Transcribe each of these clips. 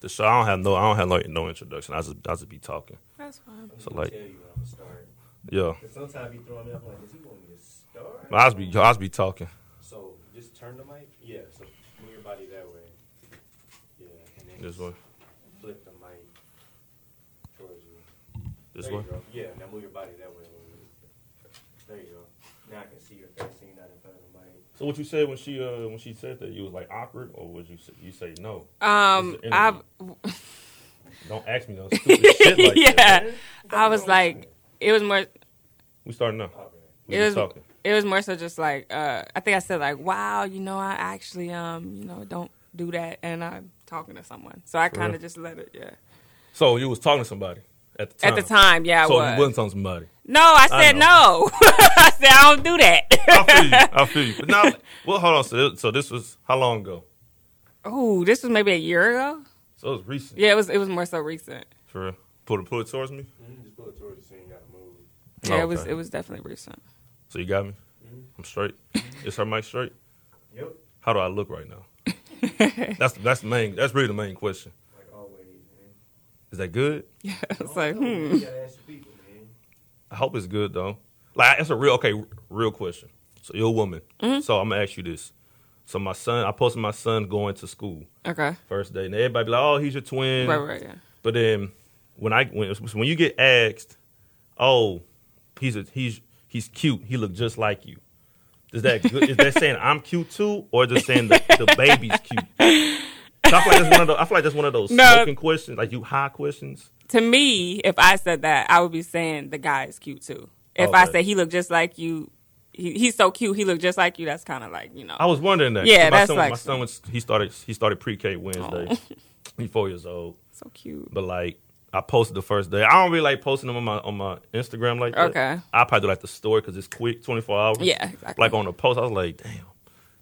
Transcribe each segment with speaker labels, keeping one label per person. Speaker 1: The show I don't have no I don't have no, no introduction. I just I just be talking.
Speaker 2: That's fine.
Speaker 1: So
Speaker 3: I'll
Speaker 1: like
Speaker 3: tell you when I'm starting.
Speaker 1: yeah,
Speaker 3: Cause sometimes you throw me up like, is he want me to start?
Speaker 1: I just be I just be talking.
Speaker 3: So just turn the mic. Yeah. So move your body that way. Yeah. And then
Speaker 1: This
Speaker 3: just
Speaker 1: way,
Speaker 3: Flip the mic towards you.
Speaker 1: this
Speaker 3: there
Speaker 1: way.
Speaker 3: You go. Yeah. Now move your body that way. a little bit. There you go. Now I can see your face. So you're not in front of the mic.
Speaker 1: So what you said when she uh when she said that you was like awkward or was you you say no?
Speaker 2: Um,
Speaker 1: It's an
Speaker 2: I
Speaker 1: Don't ask me no stupid shit like
Speaker 2: yeah,
Speaker 1: that.
Speaker 2: I was like, it was more,
Speaker 1: We starting now.
Speaker 3: Okay.
Speaker 1: We
Speaker 2: It
Speaker 1: just
Speaker 2: was-
Speaker 1: talking.
Speaker 2: it was more so just like, uh, I think I said like, wow, you know, I actually, um, you know, don't do that, and I'm talking to someone, so I
Speaker 1: For real?
Speaker 2: kind of just let it, yeah.
Speaker 1: So you was talking to somebody at the time.
Speaker 2: At the time, yeah, I
Speaker 1: so
Speaker 2: was.
Speaker 1: you wasn't talking to somebody.
Speaker 2: no, I said no. I said I don't do that.
Speaker 1: I feel you. I feel you. But now, well, hold on. So, so this was how long ago?
Speaker 2: Ooh, this was maybe a year ago.
Speaker 1: So it was recent.
Speaker 2: Yeah, it was. It was more so recent.
Speaker 1: For real. Pull it, pull it towards me.
Speaker 3: Mhm, Just pull it towards you so you ain't gotta move.
Speaker 2: Yeah,
Speaker 1: Oh,
Speaker 2: it was.
Speaker 1: okay.
Speaker 2: It was definitely recent.
Speaker 1: So you got me.
Speaker 2: Mm-hmm.
Speaker 3: Mhm.
Speaker 1: I'm straight. Is her mic straight?
Speaker 3: Yep.
Speaker 1: How do I look right now? That's that's the main. That's really the main question.
Speaker 3: Like always, man.
Speaker 1: Is that good?
Speaker 2: yeah, it's
Speaker 3: I
Speaker 2: like,
Speaker 3: don't know,
Speaker 2: hmm.
Speaker 3: You gotta ask the people, man.
Speaker 1: I hope it's good though. Like it's a real okay, real question. So you're a woman.
Speaker 2: Mm-hmm.
Speaker 1: So I'm gonna ask you this. So my son, I posted my son going to school
Speaker 2: Okay.
Speaker 1: first day, and everybody be like, "Oh, he's your twin."
Speaker 2: Right, right, yeah.
Speaker 1: But then when I when, so when you get asked, "Oh, he's a, he's he's cute. He look just like you." Is that good? is that saying I'm cute too, or just saying the, the baby's cute? So I feel like that's one of those. I feel like that's one of those
Speaker 2: No.
Speaker 1: smoking questions, like you high questions.
Speaker 2: To me, if I said that, I would be saying the guy is cute too. If I
Speaker 1: Okay.
Speaker 2: said he looked just like you, he, he's so cute, he looked just like you. That's kind of like you know.
Speaker 1: I was wondering that. my
Speaker 2: Yeah, that's
Speaker 1: son,
Speaker 2: like- Oh.
Speaker 1: my son was he started he started pre K Wednesday. He's four years old,
Speaker 2: so cute.
Speaker 1: but like I posted the first day. I don't really like posting them on my on my Instagram like that.
Speaker 2: Okay.
Speaker 1: I probably do like the story because it's quick, twenty four hours.
Speaker 2: Yeah, exactly.
Speaker 1: Like on the post, I was like, damn.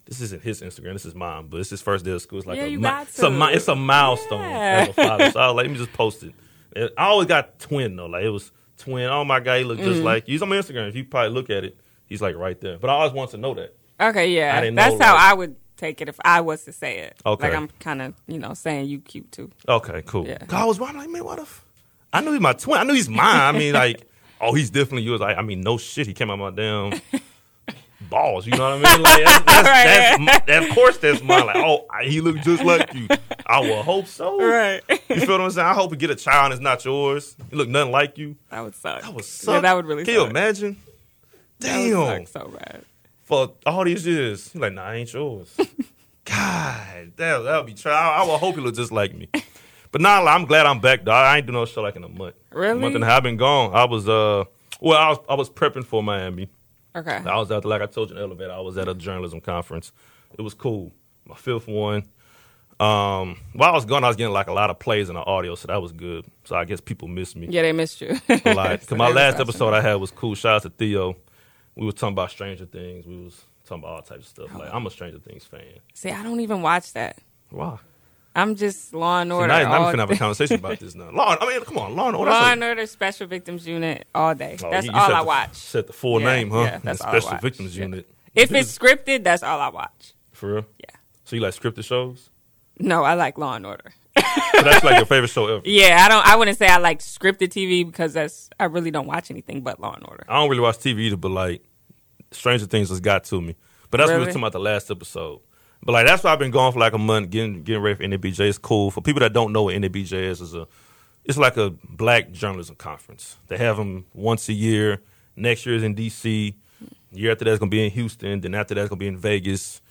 Speaker 1: This isn't his Instagram. This is mine, but it's his first day of school. It's like
Speaker 2: Yeah,
Speaker 1: a,
Speaker 2: you
Speaker 1: mi-
Speaker 2: got
Speaker 1: it's a
Speaker 2: to.
Speaker 1: mi- it's a milestone
Speaker 2: Yeah.
Speaker 1: as a father. So I was like, let me just post it. And I always got twin though. Like it was twin. Oh my god, he looked
Speaker 2: Mm.
Speaker 1: just like you. he's on my Instagram. If you probably look at it, he's like right there. But I always wanted to know that.
Speaker 2: okay, yeah.
Speaker 1: I didn't
Speaker 2: That's
Speaker 1: know,
Speaker 2: how
Speaker 1: like-
Speaker 2: I would take it if I was to say it.
Speaker 1: Okay.
Speaker 2: Like I'm kind of you know saying you cute too.
Speaker 1: Okay, cool.
Speaker 2: Yeah.
Speaker 1: God, I was wondering, like, man, what if? I knew he's my twin. I knew he's mine. I mean, like, oh, he's definitely yours. Like, I mean, no shit, he came out my damn balls. You know what I mean? Like, that's, that's,
Speaker 2: Right.
Speaker 1: that's, my- that- of course, that's mine. Like, oh, I- he looked just like you. I will hope so.
Speaker 2: Right.
Speaker 1: You feel what I'm saying? I hope you get a child and it's not yours. He look nothing like you.
Speaker 2: that would suck.
Speaker 1: That would suck.
Speaker 2: Yeah, that would really
Speaker 1: Can
Speaker 2: suck.
Speaker 1: you imagine?
Speaker 2: That would
Speaker 1: Damn.
Speaker 2: suck so bad.
Speaker 1: For all these years, he's like, nah, I ain't yours. God, that that would be try. I, I would hope he look just like me. But nah, like, I'm glad I'm back. Dog. I ain't do no show like in a month.
Speaker 2: Really?
Speaker 1: month and a half. I've been gone. I was uh, well, I was I was prepping for Miami.
Speaker 2: Okay.
Speaker 1: I was at like I told you in the elevator. I was at a journalism conference. It was cool. My fifth one. Um, while I was gone, I was getting like a lot of plays in the audio, so that was good. So I guess people missed me
Speaker 2: Yeah, they missed you.
Speaker 1: a lot. 'Cause
Speaker 2: So
Speaker 1: my
Speaker 2: they
Speaker 1: last
Speaker 2: was watching.
Speaker 1: episode I had was cool. Shout out to Theo. We was talking about Stranger Things. We was talking about all types of stuff. Like I'm a Stranger Things fan.
Speaker 2: See, I don't even watch that.
Speaker 1: Wow.
Speaker 2: I'm just Law and
Speaker 1: So
Speaker 2: Order.
Speaker 1: now, now we
Speaker 2: all
Speaker 1: can have a
Speaker 2: day.
Speaker 1: conversation about this now. Law, I mean, come on, Law and Order.
Speaker 2: Law
Speaker 1: that's
Speaker 2: and Order Special Victims Unit all day.
Speaker 1: a- oh,
Speaker 2: that's
Speaker 1: you- you
Speaker 2: all
Speaker 1: said
Speaker 2: I
Speaker 1: the-
Speaker 2: watch.
Speaker 1: Said the full
Speaker 2: Yeah,
Speaker 1: name, huh?
Speaker 2: yeah, that's
Speaker 1: The
Speaker 2: all I
Speaker 1: Special
Speaker 2: watch.
Speaker 1: Victims
Speaker 2: Yeah.
Speaker 1: Unit.
Speaker 2: If it's scripted, that's all I watch.
Speaker 1: for real,
Speaker 2: Yeah.
Speaker 1: So you like scripted shows?
Speaker 2: No, I like Law and Order.
Speaker 1: So that's like your favorite show ever.
Speaker 2: Yeah, I don't. I wouldn't say I like scripted TV because that's I really don't watch anything but Law and Order.
Speaker 1: I don't really watch TV either, but like Stranger Things just got to me. But that's what we were
Speaker 2: Really?
Speaker 1: talking about the last episode. But like that's why I've been gone for like a month getting getting ready for NABJ. It's cool for people that don't know what NABJ is. Is a it's like a black journalism conference. They have them once a year. Next year is in DC. Year after that's gonna be in Houston. Then after that's gonna be in Vegas.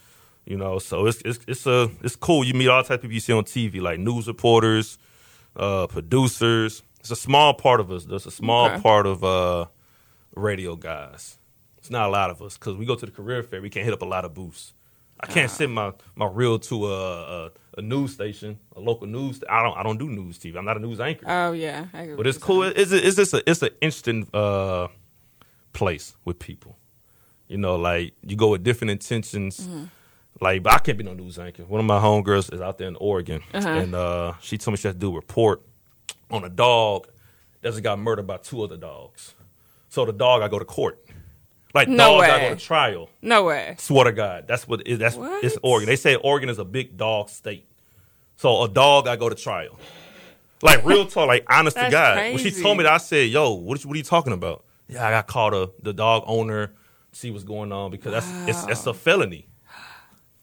Speaker 1: You know, so it's it's it's a it's cool. You meet all types of people you see on TV, like news reporters, uh, producers. It's a small part of us. There's a small
Speaker 2: Okay.
Speaker 1: part of uh, radio guys. It's not a lot of us because we go to the career fair. We can't hit up a lot of booths. I can't send my my reel to a, a a news station, a local news. I don't I don't do news TV. I'm not a news anchor.
Speaker 2: Oh yeah, I agree
Speaker 1: but
Speaker 2: with
Speaker 1: it's
Speaker 2: you.
Speaker 1: cool. It's a, it's just a it's an interesting uh, place with people. You know, like you go with different intentions.
Speaker 2: Mm-hmm.
Speaker 1: Like, but I can't be no news anchor. One of my homegirls is out there in Oregon,
Speaker 2: Uh-huh.
Speaker 1: and uh, she told me she had to do a report on a dog that just got murdered by two other dogs. So the dog, I go to court. Like
Speaker 2: No
Speaker 1: dogs, I
Speaker 2: way.
Speaker 1: go to trial.
Speaker 2: No way.
Speaker 1: Swear to God, that's what it, that's
Speaker 2: What?
Speaker 1: it's Oregon. They say Oregon is a big dog state. So a dog, I go to trial. Like real talk, like honest to
Speaker 2: That's
Speaker 1: God. When she
Speaker 2: crazy.
Speaker 1: told me that, I said, "Yo, what, you- what are you talking about?" Yeah, I got called a, the dog owner, see what's going on because that's it's, that's a felony.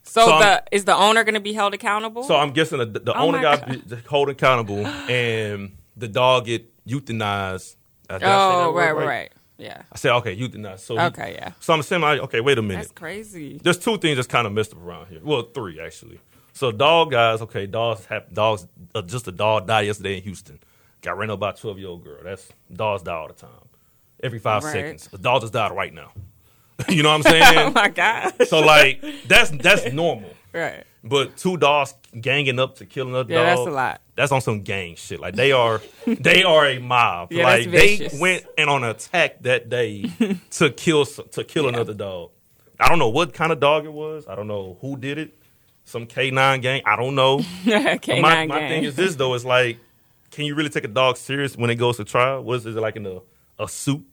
Speaker 2: So,
Speaker 1: So I'm-
Speaker 2: the is the owner going to be held accountable?
Speaker 1: So I'm guessing the, the
Speaker 2: Oh
Speaker 1: owner
Speaker 2: my
Speaker 1: got be- held accountable, and the dog get euthanized. Uh, did I say that
Speaker 2: oh,
Speaker 1: word
Speaker 2: right, right, right. Yeah.
Speaker 1: I said, "Okay, euthanized." So he-
Speaker 2: Okay, yeah.
Speaker 1: so I'm saying, like, okay, wait a minute.
Speaker 2: That's crazy.
Speaker 1: There's two things that's kind of messed up around here. Well, three actually. So dog guys, okay, dogs have dogs. Uh, just a dog died yesterday in Houston. Got ran over by a 12 year old girl. That's dogs die all the time. Every five
Speaker 2: Right.
Speaker 1: seconds, a dog just died right now. you know what I'm
Speaker 2: Oh
Speaker 1: saying?
Speaker 2: my god.
Speaker 1: so like that's that's normal.
Speaker 2: right.
Speaker 1: But two dogs ganging up to kill another
Speaker 2: Yeah,
Speaker 1: dog.
Speaker 2: that's a lot.
Speaker 1: That's on some gang shit. Like they are, they are a mob.
Speaker 2: Yeah,
Speaker 1: like
Speaker 2: that's
Speaker 1: they
Speaker 2: vicious.
Speaker 1: went and on an attack that day to kill s- to kill another dog. I don't know what kind of dog it was. I don't know who did it. Some K nine gang. I don't know.
Speaker 2: K9
Speaker 1: my my
Speaker 2: gang.
Speaker 1: thing is this though. It's like, can you really take a dog serious when it goes to trial? What is, is it like in a a suit?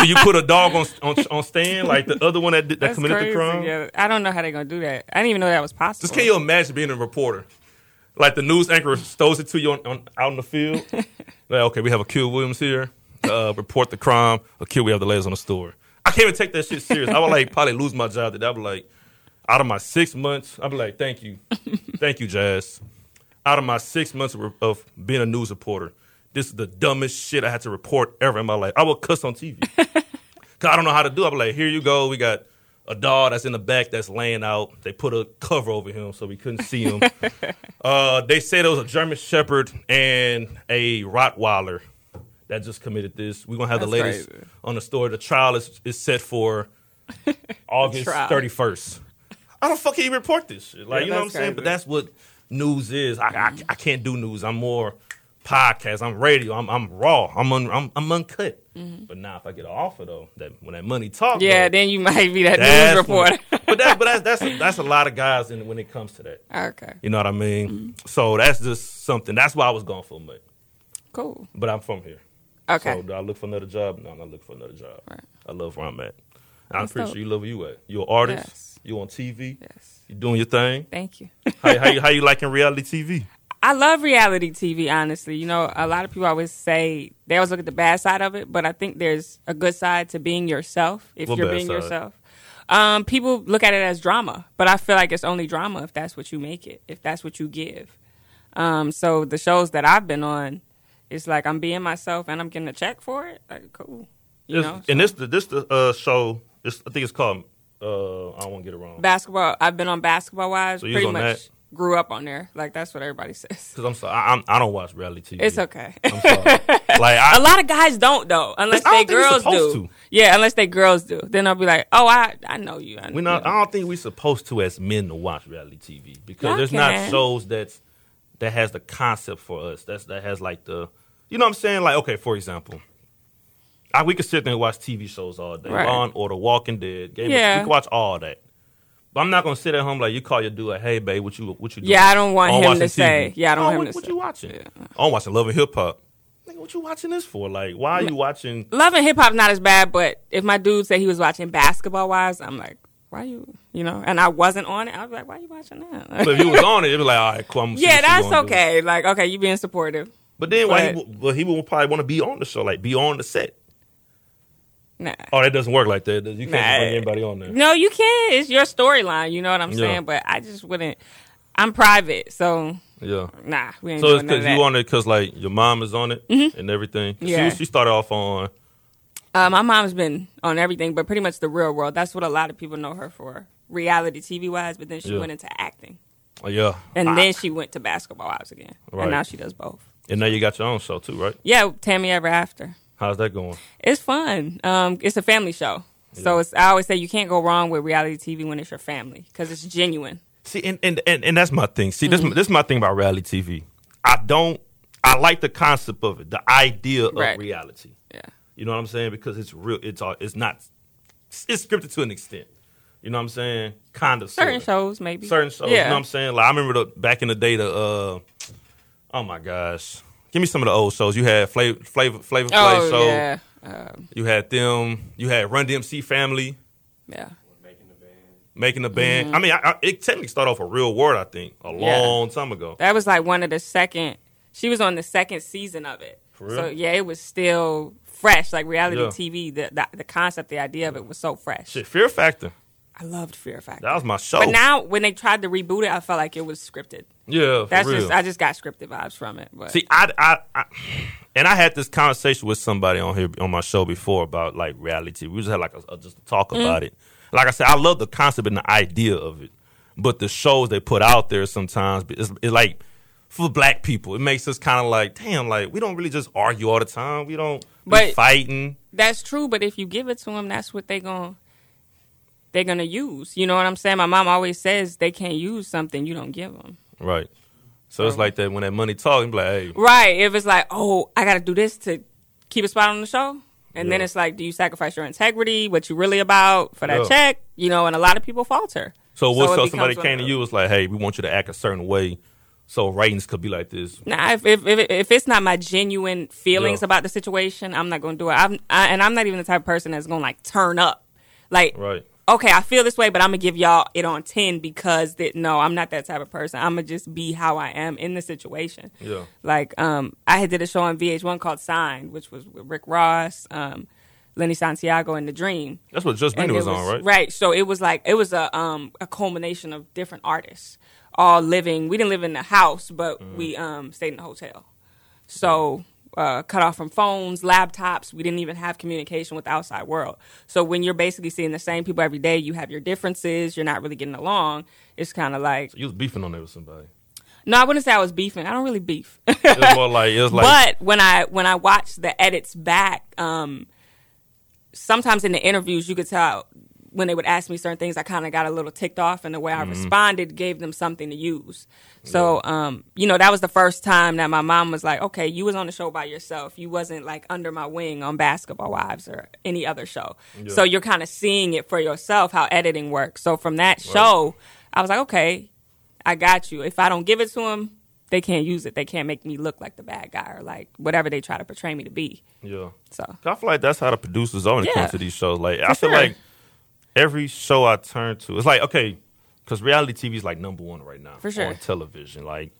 Speaker 1: Do you put a dog on on, on stand like the other one that did, that
Speaker 2: That's
Speaker 1: committed
Speaker 2: crazy.
Speaker 1: the crime?
Speaker 2: Yeah, I don't know how they're going to do that. I didn't even know that was possible.
Speaker 1: Just can you imagine being a reporter? Like the news anchor throws it to you on, on, out in the field. like, okay, we have Akil Williams here to uh, report the crime. Akil, we have the latest on the story. I can't even take that shit serious. I would like probably lose my job. That I'd be like, out of my six months, I'd be like, thank you, thank you, Jazz. Out of my six months of, of being a news reporter, this is the dumbest shit I had to report ever in my life. I would cuss on TV. Cause I don't know how to do. it. I'm like, here you go. We got a dog that's in the back that's laying out. They put a cover over him so we couldn't see him. uh, they said it was a German Shepherd and a Rottweiler that just committed this. We're gonna have the
Speaker 2: That's
Speaker 1: latest
Speaker 2: crazy.
Speaker 1: on the story. The trial is, is set for August
Speaker 2: trial.
Speaker 1: 31st. I don't fucking even report this shit. Like
Speaker 2: Yeah,
Speaker 1: you know what I'm
Speaker 2: that's
Speaker 1: saying. But
Speaker 2: crazy.
Speaker 1: that's what news is. I, I I can't do news. I'm more podcast. I'm radio. I'm I'm raw. I'm un, I'm, I'm uncut. But now if I get an offer though, that when that money talk,
Speaker 2: Mm-hmm. yeah,
Speaker 1: though,
Speaker 2: then you might be that news
Speaker 1: that's when-
Speaker 2: reporter.
Speaker 1: but that but that's that's a, that's a lot of guys in, when it comes to that.
Speaker 2: okay.
Speaker 1: You know what I mean?
Speaker 2: Mm-hmm.
Speaker 1: So that's just something. That's why I was gone for a month.
Speaker 2: Cool.
Speaker 1: But I'm from here.
Speaker 2: Okay.
Speaker 1: So do I look for another job? No, I'm not looking for another job.
Speaker 2: Right.
Speaker 1: I love where I'm at. And I'm
Speaker 2: That's
Speaker 1: pretty
Speaker 2: dope.
Speaker 1: sure you love where you at. You're an artist.
Speaker 2: Yes.
Speaker 1: You're on TV.
Speaker 2: yes.
Speaker 1: You're doing your thing.
Speaker 2: Thank you.
Speaker 1: How, how, you, how you liking reality TV?
Speaker 2: I love reality TV, honestly. You know, a lot of people always say they always look at the bad side of it, but I think there's a good side to being yourself if
Speaker 1: What
Speaker 2: you're
Speaker 1: bad
Speaker 2: being
Speaker 1: side?
Speaker 2: yourself. Um, people look at it as drama, but I feel like it's only drama if that's what you make it, if that's what you give. Um, so the shows that I've been on, it's like I'm being myself and I'm getting a check for it. Like, cool. You
Speaker 1: This-
Speaker 2: know?
Speaker 1: and this this the uh, show. This, I think it's called. Uh, I don't want to get it wrong
Speaker 2: basketball, I've been on Basketball Wives,
Speaker 1: So you was
Speaker 2: pretty
Speaker 1: on
Speaker 2: much
Speaker 1: that?
Speaker 2: grew up on there. Like, that's what everybody says.
Speaker 1: because I'm sorry. I, I'm, I don't watch reality TV.
Speaker 2: It's okay.
Speaker 1: I'm sorry. like I,
Speaker 2: A lot of guys don't though, unless
Speaker 1: I don't
Speaker 2: they
Speaker 1: think you're
Speaker 2: girls do.
Speaker 1: supposed to.
Speaker 2: Yeah, unless they girls do. Then I'll be like, oh, I I know you. I,
Speaker 1: we
Speaker 2: know.
Speaker 1: not. I don't think we're supposed to as men to watch reality TV because
Speaker 2: Y'all
Speaker 1: there's
Speaker 2: can.
Speaker 1: not shows that's that has the concept for us. That's that has like the you know what I'm saying. Like okay, for example. I, we could sit there and watch TV shows all day.
Speaker 2: Right.
Speaker 1: Law and Order, Walking Dead, Game of-
Speaker 2: Yeah.
Speaker 1: we could watch all that. But I'm not gonna sit at home like you call your dude, hey babe, what you what you doing?
Speaker 2: Yeah, I don't want
Speaker 1: I'm
Speaker 2: him
Speaker 1: watching
Speaker 2: to say- yeah, I don't
Speaker 1: "Oh,
Speaker 2: want him
Speaker 1: what,
Speaker 2: to
Speaker 1: What
Speaker 2: say."
Speaker 1: you watching? Oh, I'm watching Love and Hip Hop. Nigga, what you watching this for? Like, why are you watching?
Speaker 2: Love and hip hop not as bad, but if my dude said he was watching Basketball Wives, I'm like, why you you know? And I wasn't on it. I was like, why you watching that?
Speaker 1: But if you was on it, it'd be like, all right, cool. I'm gonna see
Speaker 2: yeah,
Speaker 1: what she
Speaker 2: that's
Speaker 1: gonna do.
Speaker 2: okay. Like, okay, you being supportive.
Speaker 1: But then, why? He,
Speaker 2: But-
Speaker 1: would- well, he would probably want to be on the show, like be on the set.
Speaker 2: Nah.
Speaker 1: Oh, that doesn't work like that. You can't
Speaker 2: Nah.
Speaker 1: just bring anybody on there.
Speaker 2: No, you can. It's your storyline. You know what I'm
Speaker 1: Yeah.
Speaker 2: saying? But I just wouldn't. I'm private, so
Speaker 1: Yeah.
Speaker 2: nah. We ain't
Speaker 1: So it's
Speaker 2: doing none of
Speaker 1: because
Speaker 2: that.
Speaker 1: you on it because like your mom is on it and everything.
Speaker 2: Yeah.
Speaker 1: She, she started off on
Speaker 2: Uh, my mom's been on everything, but pretty much the real world. That's what a lot of people know her for, reality TV wise. But then she
Speaker 1: Yeah.
Speaker 2: went into acting,
Speaker 1: oh, yeah,
Speaker 2: and then she went to basketball wives again,
Speaker 1: Right.
Speaker 2: and now she does both.
Speaker 1: and now you got your own show too, right?
Speaker 2: Yeah, Tammy Ever After.
Speaker 1: How's that going?
Speaker 2: It's fun. Um, it's a family show, so
Speaker 1: Yeah.
Speaker 2: it's. I always say you can't go wrong with reality TV when it's your family because it's genuine.
Speaker 1: See, and and and, and that's my thing. See, this this is my thing about reality TV. I don't. I like the concept of it, the idea of
Speaker 2: Right.
Speaker 1: reality.
Speaker 2: Yeah,
Speaker 1: You know what I'm saying? Because it's real. It's all. It's not. It's scripted to an extent. You know what I'm saying? Kind of.
Speaker 2: certain
Speaker 1: sorta.
Speaker 2: shows maybe.
Speaker 1: Certain shows. You know what I'm saying? Like I remember the, back in the day. The uh, oh my gosh. Give me some of the old shows. You had Flavor Flavor Flavor Flav
Speaker 2: Oh
Speaker 1: show.
Speaker 2: yeah, um,
Speaker 1: You had them. You had Run DMC Family.
Speaker 2: yeah.
Speaker 3: Making the band.
Speaker 1: making a band. I mean, I, I, it technically started off a real word, I think, a
Speaker 2: Mm-hmm. Yeah.
Speaker 1: long time ago.
Speaker 2: That was like one of the second. She was on the second season of it.
Speaker 1: For real?
Speaker 2: So yeah, it was still fresh, like reality
Speaker 1: Yeah.
Speaker 2: TV. The, the the concept, the idea of it was so fresh.
Speaker 1: Shit, Fear Factor.
Speaker 2: I loved Fear Factor.
Speaker 1: That was my show.
Speaker 2: but now when they tried to reboot it, I felt like it was scripted.
Speaker 1: yeah,
Speaker 2: That's
Speaker 1: for real.
Speaker 2: just I just got scripted vibes from it. But
Speaker 1: See, I, I, I, and I had this conversation with somebody on here on my show before about like reality. We just had like a, a- just a talk
Speaker 2: Mm.
Speaker 1: about it. Like I said, I love the concept and the idea of it, but the shows they put out there sometimes it's, it's like for black people, it makes us kind of like, damn, like we don't really just argue all the time. We don't be
Speaker 2: But-
Speaker 1: fighting.
Speaker 2: that's true. But if you give it to them, that's what they gon' they're gonna use. You know what I'm saying? My mom always says they can't use something you don't give them.
Speaker 1: Right. So it's like that when that money talking, like, hey,
Speaker 2: Right. If it's like, oh, I got to do this to keep a spot on the show. And then
Speaker 1: Yeah.
Speaker 2: it's like, do you sacrifice your integrity, what you really about for that
Speaker 1: Yeah.
Speaker 2: check? You know, and a lot of people falter.
Speaker 1: so what?
Speaker 2: it
Speaker 1: So,
Speaker 2: becomes
Speaker 1: somebody
Speaker 2: one of
Speaker 1: came to
Speaker 2: those-
Speaker 1: you was like, hey, we want you to act a certain way, so ratings could be like this.
Speaker 2: Nah, if, if if if it's not my genuine feelings
Speaker 1: Yeah.
Speaker 2: about the situation, I'm not gonna do it. I'm I, and I'm not even the type of person that's gonna like turn up. Like,
Speaker 1: Right.
Speaker 2: okay, I feel this way, but I'm gonna give y'all it on ten because that no, I'm not that type of person. I'm gonna just be how I am in the situation.
Speaker 1: Yeah.
Speaker 2: Like, um, I had did a show on VH1 called Sign, which was with Rick Ross, um, Lenny Santiago, and The Dream.
Speaker 1: That's what Just
Speaker 2: And
Speaker 1: Bieber
Speaker 2: it
Speaker 1: was, on, right?
Speaker 2: So it was like it was a um a culmination of different artists all living. We didn't live in the house, but
Speaker 1: Mm.
Speaker 2: we um stayed in the hotel. So uh, cut off from phones, laptops. We didn't even have communication with the outside world. So when you're basically seeing the same people every day, you have your differences. You're not really getting along. It's kind of like
Speaker 1: You was beefing on there with somebody.
Speaker 2: no, I wouldn't say I was beefing. I don't really beef.
Speaker 1: It was more like it was like
Speaker 2: but when I when I watch the edits back, um, sometimes in the interviews you could tell when they would ask me certain things, I kind of got a little ticked off, and the way I responded gave them something to use. So, um, you know, that was the first time that my mom was like, "Okay, you was on the show by yourself. You wasn't like under my wing on Basketball Wives or any other show. So you're kind of seeing it for yourself how editing works. So from that show, I was like, okay, I got you. If I don't give it to them, they can't use it. They can't make me look like the bad guy or like whatever they try to portray me to be.
Speaker 1: yeah.
Speaker 2: So
Speaker 1: 'Cause I feel like that's how the producers are when it
Speaker 2: Yeah.
Speaker 1: comes to these shows. Like I feel
Speaker 2: sure.
Speaker 1: like every show I turn to, it's like okay, because reality TV is like number one right now
Speaker 2: For sure.
Speaker 1: on television. Like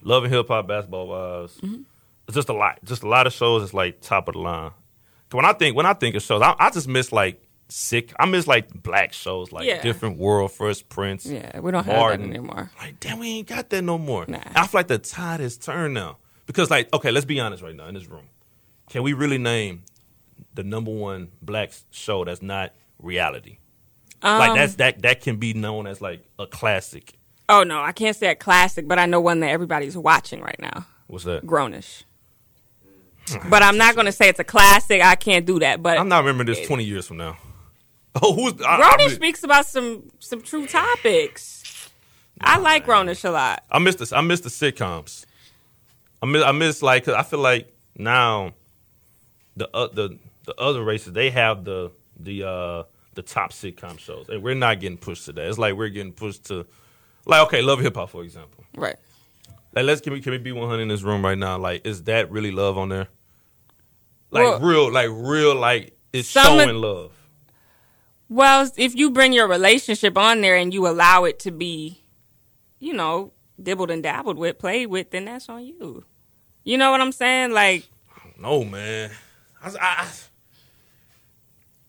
Speaker 1: Love and Hip Hop, Basketball Wives,
Speaker 2: Mm-hmm.
Speaker 1: it's just a lot, just a lot of shows. It's like top of the line. 'Cause When I think when I think of shows, I, I just miss like sick. I miss like black shows, like
Speaker 2: Yeah.
Speaker 1: Different World, First Prince.
Speaker 2: yeah, we don't
Speaker 1: Martin.
Speaker 2: have that anymore.
Speaker 1: Like, damn, we ain't got that no more.
Speaker 2: Nah.
Speaker 1: I feel like the tide has turned now. Because, like, okay, let's be honest right now in this room. Can we really name the number one black s- show that's not reality? like, that's that that can be known as like a classic.
Speaker 2: Oh no, I can't say a classic, but I know one that everybody's watching right now.
Speaker 1: What's that?
Speaker 2: Grownish. But I'm not gonna say it's a classic. I can't do that. But
Speaker 1: I'm not remembering this 20 years from now. Oh, who's I, I,
Speaker 2: Grownish
Speaker 1: really-
Speaker 2: speaks about some some true topics. I like Grownish a lot.
Speaker 1: I miss this. I miss the sitcoms. I miss. I miss like. 'cause I feel like now, the uh, the the other races they have the the uh the top sitcom shows, and we're not getting pushed to that. It's like we're getting pushed to, like okay, Love and Hip Hop for example.
Speaker 2: Right.
Speaker 1: Like let's can we can we be one hundred in this room right now? Like is that really love on there? Like
Speaker 2: Well-
Speaker 1: real, like real, like it's
Speaker 2: Some of-
Speaker 1: showing love.
Speaker 2: Well, if you bring your relationship on there and you allow it to be, you know, dibbled and dabbled with, played with, then that's on you. You know what I'm saying? Like,
Speaker 1: No, man. I, I,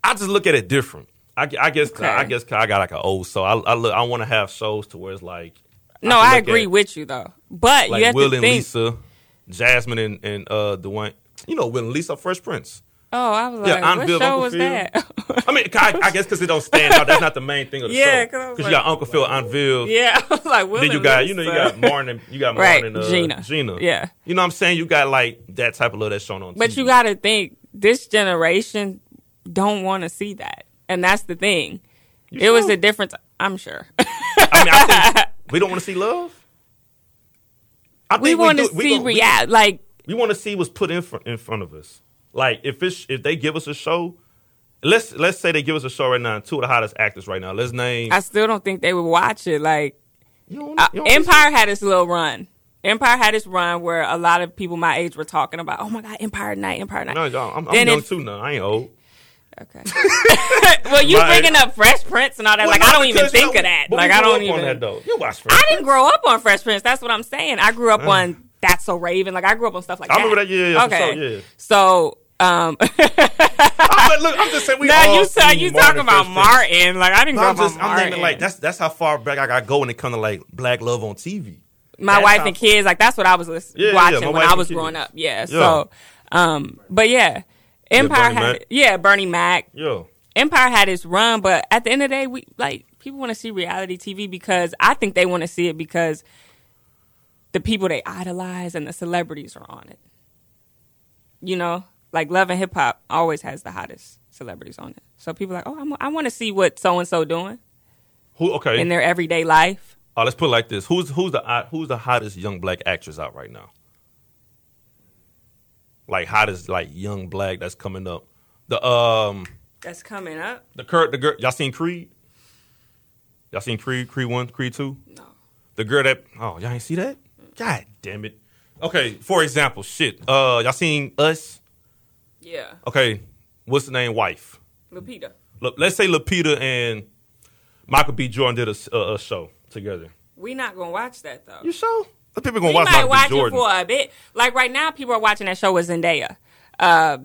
Speaker 1: I just look at it different. I, gu- I guess 'cause- I
Speaker 2: Okay.
Speaker 1: guess 'cause I got like an old soul. I I, look, I want to have shows to where it's like
Speaker 2: no,
Speaker 1: can
Speaker 2: I,
Speaker 1: look
Speaker 2: agree
Speaker 1: at-
Speaker 2: with you though, but you
Speaker 1: like
Speaker 2: have
Speaker 1: Will
Speaker 2: to
Speaker 1: and
Speaker 2: think.
Speaker 1: Lisa, Jasmine and and uh Dwayne. You know Will and Lisa, Fresh Prince.
Speaker 2: Oh, I was
Speaker 1: Yeah,
Speaker 2: like,
Speaker 1: I'm
Speaker 2: what
Speaker 1: Bill,
Speaker 2: show
Speaker 1: Uncle
Speaker 2: was
Speaker 1: Phil.
Speaker 2: that?
Speaker 1: I mean, 'cause I, I guess because it don't stand out. That's not the main thing of the
Speaker 2: Yeah, 'cause I
Speaker 1: show.
Speaker 2: was
Speaker 1: Because you
Speaker 2: like-
Speaker 1: got Uncle Phil, Aunt Viv.
Speaker 2: yeah, I was like, Will
Speaker 1: Then you
Speaker 2: and
Speaker 1: got you know you
Speaker 2: Lisa.
Speaker 1: got Martin and you got
Speaker 2: Right,
Speaker 1: Martin and uh,
Speaker 2: Gina.
Speaker 1: Gina.
Speaker 2: Yeah.
Speaker 1: You know what I'm saying? You got like that type of love that's shown on
Speaker 2: But
Speaker 1: TV.
Speaker 2: you got to think this generation don't want to see that, and that's the thing. it was
Speaker 1: sure?
Speaker 2: a difference. I'm sure.
Speaker 1: I mean, I think we don't want to see love. I
Speaker 2: we
Speaker 1: think
Speaker 2: want to
Speaker 1: do-
Speaker 2: see
Speaker 1: we gon- we-
Speaker 2: react like
Speaker 1: We, want to see what's put in front in front of us. Like if it's if they give us a show, let's let's say they give us a show right now. and Two of the hottest actors right now. Let's name
Speaker 2: I still don't think they would watch it. Like
Speaker 1: you don't-
Speaker 2: uh,
Speaker 1: you don't-
Speaker 2: Empire had its little run. Empire had its run where a lot of people my age were talking about, oh my god, Empire Night, Empire Night.
Speaker 1: No, y'all, I'm, I'm
Speaker 2: Then
Speaker 1: young
Speaker 2: if-
Speaker 1: too now. I ain't old.
Speaker 2: Okay. well, you
Speaker 1: Like-
Speaker 2: bringing up Fresh Prince and all that.
Speaker 1: Well,
Speaker 2: like
Speaker 1: no,
Speaker 2: I don't even
Speaker 1: because, you
Speaker 2: think
Speaker 1: know,
Speaker 2: of that.
Speaker 1: but
Speaker 2: Like
Speaker 1: we
Speaker 2: I
Speaker 1: grew
Speaker 2: don't
Speaker 1: up on
Speaker 2: even.
Speaker 1: that, though. You watch Fresh.
Speaker 2: I didn't grow up on Fresh Prince. That's what I'm saying. I grew up on That's So Raven. Like I grew up on stuff like
Speaker 1: I
Speaker 2: that.
Speaker 1: remember that. Yeah, yeah, yeah, for
Speaker 2: okay.
Speaker 1: sure, yeah.
Speaker 2: So, um,
Speaker 1: I, but look, I'm just saying we
Speaker 2: now
Speaker 1: all
Speaker 2: you saw
Speaker 1: seen
Speaker 2: you
Speaker 1: Martin
Speaker 2: talking
Speaker 1: and
Speaker 2: about
Speaker 1: Fresh Prince.
Speaker 2: Martin. Like I didn't
Speaker 1: No,
Speaker 2: grow
Speaker 1: I'm
Speaker 2: up on
Speaker 1: just I'm
Speaker 2: Martin.
Speaker 1: naming like that's that's how far back I gotta go when it comes to like black love on TV.
Speaker 2: my
Speaker 1: That's
Speaker 2: wife
Speaker 1: how-
Speaker 2: and kids. Like that's what I was lis-
Speaker 1: Yeah, yeah,
Speaker 2: watching
Speaker 1: my
Speaker 2: when
Speaker 1: wife
Speaker 2: I
Speaker 1: and
Speaker 2: was
Speaker 1: kids.
Speaker 2: growing up. Yeah. So, um, but yeah,
Speaker 1: Yeah,
Speaker 2: Empire
Speaker 1: Bernie
Speaker 2: had
Speaker 1: Mac.
Speaker 2: yeah Bernie Mac.
Speaker 1: Yeah.
Speaker 2: Empire had its run, but at the end of the day, we like people want to see reality TV because I think they want to see it because the people they idolize and the celebrities are on it. You know, like Love and Hip Hop always has the hottest celebrities on it. So people are like, oh, I'm, I want to see what so and so doing
Speaker 1: Who okay?
Speaker 2: in their everyday life.
Speaker 1: Uh, let's put it like this: Who's who's the hot- who's the hottest young black actress out right now? Like hottest like young black that's coming up. The um
Speaker 2: That's coming up.
Speaker 1: the cur the girl y'all seen Creed? Y'all seen Creed Creed one Creed two?
Speaker 2: No.
Speaker 1: The girl that oh y'all ain't see that? God damn it! Okay, for example, shit. Uh, y'all seen Us?
Speaker 2: Yeah.
Speaker 1: Okay, what's the name? Wife.
Speaker 2: Lupita.
Speaker 1: Look, let's say Lapita and Michael B. Jordan did a, s- a- a show together.
Speaker 2: We not gonna watch that though.
Speaker 1: You show? The people gonna
Speaker 2: We
Speaker 1: watch
Speaker 2: might
Speaker 1: Michael
Speaker 2: watch
Speaker 1: B. Jordan.
Speaker 2: it for a bit. Like right now, people are watching that show with Zendaya, uh,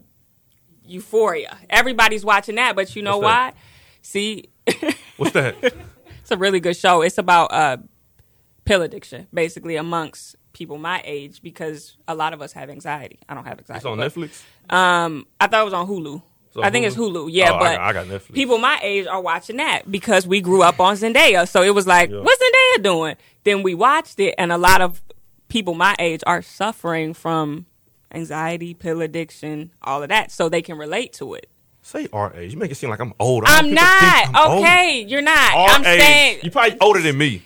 Speaker 2: Euphoria. Everybody's watching that, but you know
Speaker 1: What's
Speaker 2: why?
Speaker 1: that?
Speaker 2: See,
Speaker 1: What's that?
Speaker 2: it's a really good show. It's about uh, pill addiction, basically amongst people my age, because a lot of us have anxiety. I don't have anxiety.
Speaker 1: It's on
Speaker 2: but-
Speaker 1: Netflix.
Speaker 2: Um, I thought it was on Hulu.
Speaker 1: on
Speaker 2: I think
Speaker 1: Hulu?
Speaker 2: it's Hulu. Yeah,
Speaker 1: Oh, I
Speaker 2: but
Speaker 1: got- I got Netflix.
Speaker 2: people my age are watching that because we grew up on Zendaya. So it was like,
Speaker 1: Yeah.
Speaker 2: what's Zendaya doing? Then we watched it, and a lot of people my age are suffering from anxiety, pill addiction, all of that, so they can relate to it.
Speaker 1: Say our age. You make it seem like I'm old. I
Speaker 2: I'm
Speaker 1: don't want people to
Speaker 2: not
Speaker 1: think I'm old.
Speaker 2: okay. You're not.
Speaker 1: Our
Speaker 2: I'm
Speaker 1: age.
Speaker 2: saying.
Speaker 1: you probably older than me.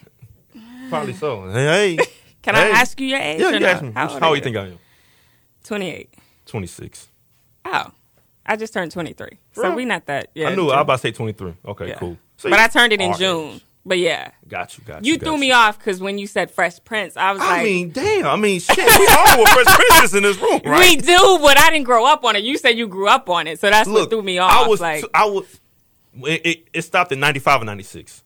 Speaker 1: Probably so. Hey, hey.
Speaker 2: Can
Speaker 1: Hey.
Speaker 2: I ask you your age?
Speaker 1: yeah,
Speaker 2: or
Speaker 1: you
Speaker 2: no?
Speaker 1: ask me. How,
Speaker 2: old
Speaker 1: old
Speaker 2: are
Speaker 1: you think I am?
Speaker 2: Twenty-eight.
Speaker 1: 26.
Speaker 2: Oh, I just turned twenty-three. So
Speaker 1: Really?
Speaker 2: we not that. Yeah,
Speaker 1: I knew.
Speaker 2: June.
Speaker 1: I was about to say 23. Okay,
Speaker 2: Yeah.
Speaker 1: cool. See,
Speaker 2: But I turned it in
Speaker 1: our
Speaker 2: June.
Speaker 1: age.
Speaker 2: But yeah.
Speaker 1: Got you. Got you.
Speaker 2: You
Speaker 1: got
Speaker 2: threw me off because when you said Fresh Prince, I was
Speaker 1: I
Speaker 2: like,
Speaker 1: mean, damn. I mean, shit. We all were first princess in this room, right?
Speaker 2: we do, but I didn't grow up on it. You said you grew up on it, so that's what threw me off.
Speaker 1: I was,
Speaker 2: like,
Speaker 1: I was, it, it, it stopped at 95 and 96.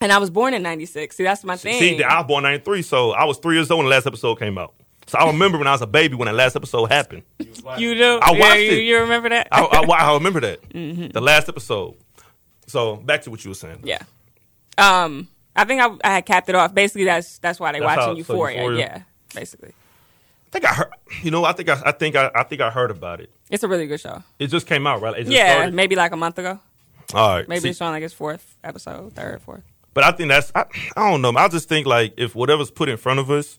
Speaker 2: and I was born in '96. See, that's my thing.
Speaker 1: See, I was born 93, so I was three years old when the last episode came out. So I remember when I was a baby when that last episode happened.
Speaker 2: you do.
Speaker 1: I watched
Speaker 2: yeah, you,
Speaker 1: it.
Speaker 2: you remember that?
Speaker 1: I, I, I remember that. The last episode. So back to what you were saying.
Speaker 2: Mm-hmm. yeah. Um, I think I, I had capped it off. Basically, that's that's why they
Speaker 1: That's
Speaker 2: watching
Speaker 1: how- so
Speaker 2: Euphoria.
Speaker 1: Euphoria-
Speaker 2: Yeah, basically,
Speaker 1: I think I heard, you know, I think I, I think I, I think I heard about it.
Speaker 2: it's a really good show.
Speaker 1: It just came out, right? It just
Speaker 2: Yeah,
Speaker 1: started?
Speaker 2: maybe like a month ago.
Speaker 1: All right.
Speaker 2: Maybe
Speaker 1: See,
Speaker 2: it's on like its fourth episode, third, fourth.
Speaker 1: But I think that's I, I don't know. I just think like if whatever's put in front of us,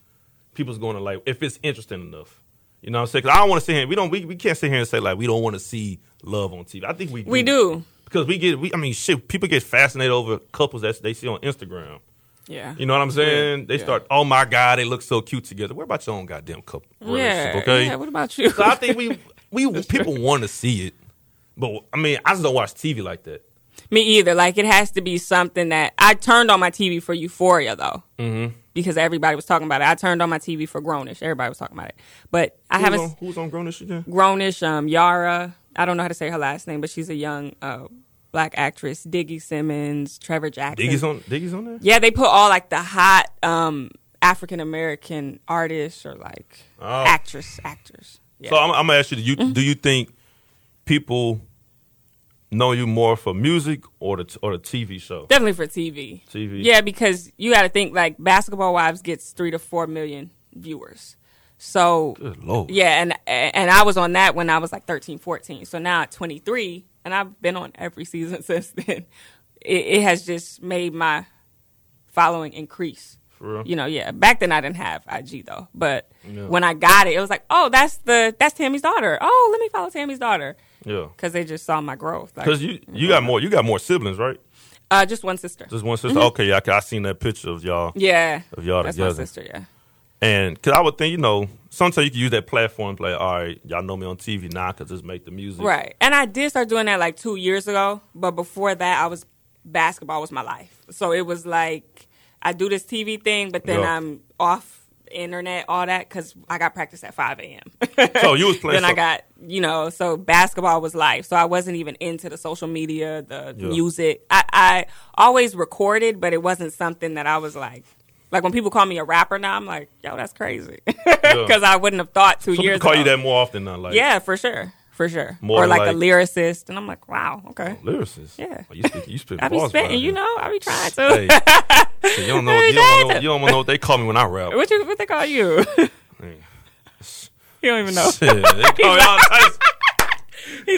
Speaker 1: people's going to like if it's interesting enough. You know what I'm saying? 'Cause I don't want to sit here. We don't. We, we can't sit here and say like we don't want to see love on TV. I think we do.
Speaker 2: We do.
Speaker 1: because we get. We I mean shit. People get fascinated over couples that they see on Instagram.
Speaker 2: Yeah.
Speaker 1: You know what I'm saying? They
Speaker 2: Yeah.
Speaker 1: start. Oh my god, they look so cute together. What about your own goddamn couple?
Speaker 2: yeah.
Speaker 1: relationship, Okay.
Speaker 2: Yeah. What about you?
Speaker 1: So I think we we people want to see it, but I mean I just don't watch TV like that.
Speaker 2: Me either. Like it has to be something that I turned on my TV for Euphoria though, mm-hmm. because everybody was talking about it. I turned on my TV for Grownish. Everybody was talking about it, but I
Speaker 1: Who's
Speaker 2: haven't
Speaker 1: on,
Speaker 2: s-
Speaker 1: who's on grown this again?
Speaker 2: Grownish. Um, Yara. I don't know how to say her last name, but she's a young uh, black actress. Diggy Simmons, Trevor Jackson.
Speaker 1: Diggy's on Diggy's on there.
Speaker 2: yeah, they put all like the hot um, African American artists or like
Speaker 1: Oh.
Speaker 2: actress actors. Yeah. Mm-hmm.
Speaker 1: So I'm, I'm gonna ask you: do you, do you think people know you more for music or the or the TV show?
Speaker 2: Definitely for TV.
Speaker 1: TV.
Speaker 2: Yeah, because you got to think like Basketball Wives gets three to four million viewers. So
Speaker 1: Good lord.
Speaker 2: yeah, and and I was on that when I was like 13, 14. So now at 23, and I've been on every season since then. It, it has just made my following increase.
Speaker 1: For real?
Speaker 2: You know, yeah. Back then I didn't have IG though, but
Speaker 1: Yeah.
Speaker 2: when I got it, it was like, oh, that's the that's Tammy's daughter. Oh, let me follow Tammy's daughter
Speaker 1: Yeah.
Speaker 2: because they just saw my growth. Like,
Speaker 1: Because you you got more you got more siblings, right?
Speaker 2: uh, just one sister.
Speaker 1: Just one sister. Okay, yeah, I, ca- I seen that picture of y'all
Speaker 2: yeah,
Speaker 1: of y'all
Speaker 2: Mm-hmm. that's
Speaker 1: together.
Speaker 2: my sister. Yeah.
Speaker 1: And because I would think you know sometimes you can use that platform to like all right y'all know me on TV now because just make the music
Speaker 2: Right. And I did start doing that like two years ago, but before that, I was basketball was my life. So it was like I do this TV thing, but then
Speaker 1: Yeah.
Speaker 2: I'm off internet, all that, because I got practice at 5 a.m.
Speaker 1: So you was playing
Speaker 2: then I
Speaker 1: some-
Speaker 2: got, you know, so basketball was life. So I wasn't even into the social media, the
Speaker 1: Yeah.
Speaker 2: music. I, I always recorded, but it wasn't something that I was like, like when people call me a rapper now, I'm like, yo, that's crazy. Because I wouldn't have thought two
Speaker 1: Some
Speaker 2: years
Speaker 1: people call
Speaker 2: ago.
Speaker 1: you that more often now. Like,
Speaker 2: Yeah, for sure. For sure.
Speaker 1: More
Speaker 2: or like, a
Speaker 1: like-
Speaker 2: lyricist. And I'm like, wow, okay.
Speaker 1: lyricist.
Speaker 2: Yeah.
Speaker 1: Oh, you spit, you spit
Speaker 2: I be
Speaker 1: bars,
Speaker 2: spitting,
Speaker 1: right?
Speaker 2: you know, I be trying to.
Speaker 1: Hey, so you don't know. You don't know. You don't know what they call me when I rap.
Speaker 2: What you what they call you? you don't even know.
Speaker 1: Shit, they call me all types.
Speaker 2: He's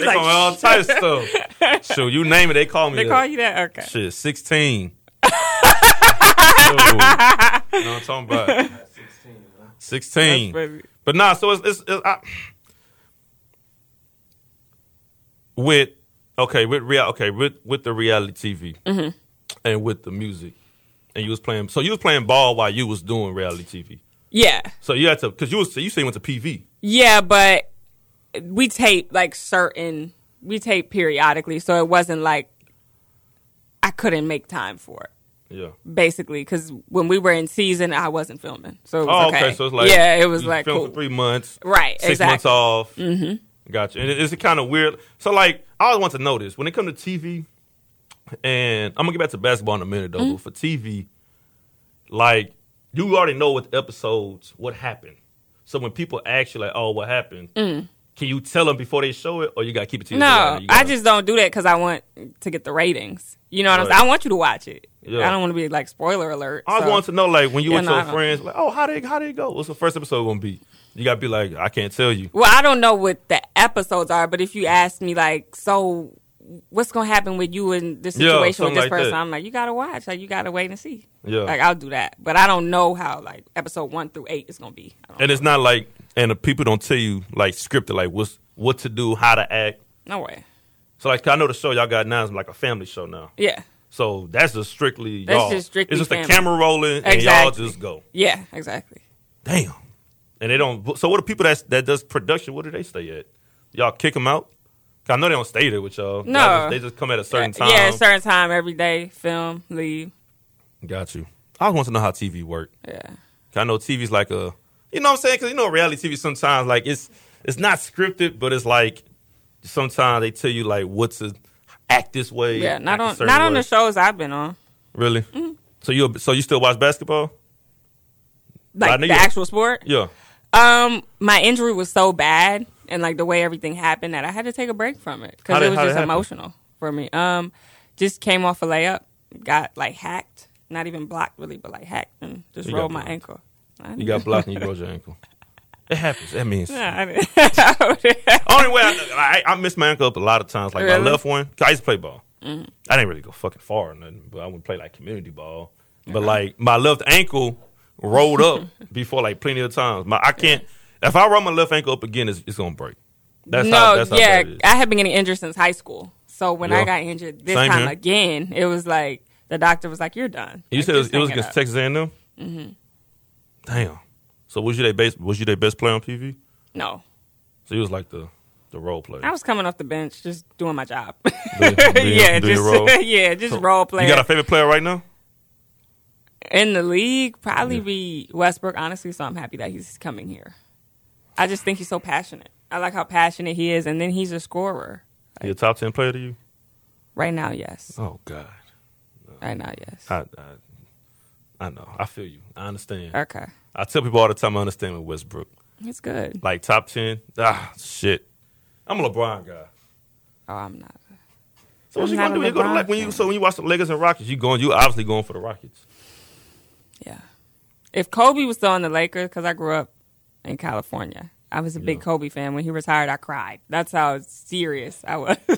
Speaker 1: They call me
Speaker 2: like,
Speaker 1: all types of stuff. Shoot, you name it, they call me.
Speaker 2: they
Speaker 1: that.
Speaker 2: call you that? Okay.
Speaker 1: Shit, sixteen. Dude, you know what I'm talking about?
Speaker 3: At 16, huh?
Speaker 1: Sixteen.
Speaker 2: That's funny.
Speaker 1: But nah, so it's, it's, it's I, with okay with real okay with with the reality TV and with the music, and you was playing. So you was playing ball while you was doing reality TV.
Speaker 2: Yeah.
Speaker 1: So you had to because you was you say you went to PV.
Speaker 2: Yeah, but we tape like certain we tape periodically, so it wasn't like I couldn't make time for it.
Speaker 1: Yeah.
Speaker 2: Basically, because when we were in season, I wasn't filming, so it was
Speaker 1: Oh, okay. So it's like
Speaker 2: yeah, it was
Speaker 1: you
Speaker 2: like
Speaker 1: filmed
Speaker 2: cool.
Speaker 1: for three months,
Speaker 2: Right,
Speaker 1: Six
Speaker 2: exactly.
Speaker 1: months off. Mm-hmm. Gotcha. And it- it's kind of weird. So like, I always want to know this when it comes to TV, and I'm gonna get back to basketball in a minute though.
Speaker 2: Mm-hmm.
Speaker 1: But for TV, like you already know with episodes what happened. So when people ask you like, "Oh, what happened?" Can you tell them before they show it, or you gotta keep it to yourself?
Speaker 2: Mm. No,
Speaker 1: You
Speaker 2: I
Speaker 1: gotta-
Speaker 2: just don't do that because I want to get the ratings. You know what I'm
Speaker 1: Right.
Speaker 2: saying? I want you to watch it.
Speaker 1: Yeah.
Speaker 2: I don't want to be like spoiler alert.
Speaker 1: I
Speaker 2: so-
Speaker 1: just want to know, like, when you
Speaker 2: Yeah,
Speaker 1: with
Speaker 2: no, I
Speaker 1: your
Speaker 2: don't-
Speaker 1: friends, like, oh, how did how did it go? What's the first episode gonna be? You gotta be like, I can't tell you.
Speaker 2: Well, I don't know what the episodes are, but if you ask me, like, so what's gonna happen with you in this
Speaker 1: Yeah,
Speaker 2: situation with
Speaker 1: something
Speaker 2: this
Speaker 1: like
Speaker 2: person?
Speaker 1: that.
Speaker 2: I'm like, you gotta watch. Like, you gotta wait and see.
Speaker 1: Yeah.
Speaker 2: Like, I'll do that, but I don't know how like episode one through eight is gonna be. I don't-
Speaker 1: And it's not like, and the people don't tell you like scripted, like what's what to do, how to act.
Speaker 2: No way.
Speaker 1: So like, 'cause I know the show y'all got now is like a family show now.
Speaker 2: Yeah.
Speaker 1: So that's just strictly
Speaker 2: That's
Speaker 1: y'all.
Speaker 2: just strictly
Speaker 1: it's just
Speaker 2: family.
Speaker 1: a camera rolling, and y'all
Speaker 2: Exactly.
Speaker 1: just go.
Speaker 2: Yeah. Exactly.
Speaker 1: Damn. And they don't. So what do people that that does production? What do they stay at? Y'all kick them out? 'Cause I know they don't stay there with y'all. Y'all
Speaker 2: No.
Speaker 1: just- they just come at a certain
Speaker 2: yeah,
Speaker 1: time.
Speaker 2: Yeah. Certain time every day. Film. Leave.
Speaker 1: Got you. I want to know how TV work.
Speaker 2: Yeah.
Speaker 1: 'Cause I know TV's like a, you know what I'm saying? Because you know reality TV sometimes like it's it's not scripted, but it's like sometimes they tell you like what to act this way.
Speaker 2: Yeah. Not
Speaker 1: act a
Speaker 2: on.
Speaker 1: certain
Speaker 2: Not on
Speaker 1: way.
Speaker 2: the Mm-hmm. shows I've been on.
Speaker 1: Really? So you so you still watch basketball? I
Speaker 2: Like
Speaker 1: knew
Speaker 2: the
Speaker 1: you-
Speaker 2: actual sport.
Speaker 1: Yeah.
Speaker 2: Um, my injury was so bad, and like the way everything happened, that I had to take a break from it
Speaker 1: How
Speaker 2: because
Speaker 1: did-
Speaker 2: it was
Speaker 1: how did it
Speaker 2: just
Speaker 1: happen?
Speaker 2: emotional for me. Um, just came off a layup, got like hacked, not even blocked really, but like hacked, and just
Speaker 1: You got
Speaker 2: rolled my
Speaker 1: blocked.
Speaker 2: ankle. I
Speaker 1: You got blocked and you broke your ankle. It happens. That means.
Speaker 2: Nah, I didn't.
Speaker 1: Only way I, I I missed my ankle up a lot of times. Like
Speaker 2: Really? Mm-hmm.
Speaker 1: my left one, 'cause I used to play ball. I didn't really go fucking far or nothing, but I would play like community ball.
Speaker 2: Uh-huh.
Speaker 1: But like my left ankle rolled up before like plenty of times. My I can't. If I roll my left ankle up again, it's, it's gonna break. That's
Speaker 2: no,
Speaker 1: how. That's how
Speaker 2: yeah,
Speaker 1: bad it is.
Speaker 2: I had been getting injured since high school. So when
Speaker 1: Yeah.
Speaker 2: I got injured this
Speaker 1: Same
Speaker 2: time
Speaker 1: here.
Speaker 2: again, it was like the doctor was like, "You're done."
Speaker 1: You
Speaker 2: Like,
Speaker 1: said it was,
Speaker 2: just
Speaker 1: it was
Speaker 2: hang
Speaker 1: against
Speaker 2: up.
Speaker 1: Texas A&M. Mm-hmm. Damn. So was you their best? Was you their best player on PV?
Speaker 2: No,
Speaker 1: So you was like the the role player.
Speaker 2: I was coming off the bench, just doing my job.
Speaker 1: Do- do your-
Speaker 2: yeah,
Speaker 1: do your
Speaker 2: just
Speaker 1: role.
Speaker 2: yeah, just role play.
Speaker 1: You got a favorite player right now?
Speaker 2: in the league probably be Westbrook, honestly. So I'm happy that he's coming here. I just think he's so passionate. I like how passionate he is, and then he's a scorer.
Speaker 1: He a top ten player to you?
Speaker 2: Right now, yes.
Speaker 1: Oh God,
Speaker 2: Right now, yes.
Speaker 1: I I, I know. I feel you. I understand.
Speaker 2: Okay,
Speaker 1: I tell people all the time. I understand with Westbrook,
Speaker 2: he's good.
Speaker 1: like top ten. Ah, shit. I'm a LeBron guy.
Speaker 2: Oh, I'm not.
Speaker 1: So what
Speaker 2: I'm
Speaker 1: you
Speaker 2: not
Speaker 1: gonna
Speaker 2: a
Speaker 1: do? You go to
Speaker 2: LeBron
Speaker 1: like when you
Speaker 2: fan.
Speaker 1: so when you watch the Lakers and Rockets, you going you obviously going for the Rockets.
Speaker 2: Yeah. If Kobe was still on the Lakers, because I grew up in California, I was a big
Speaker 1: Yeah.
Speaker 2: Kobe fan. When he retired, I cried. That's how serious I was
Speaker 1: I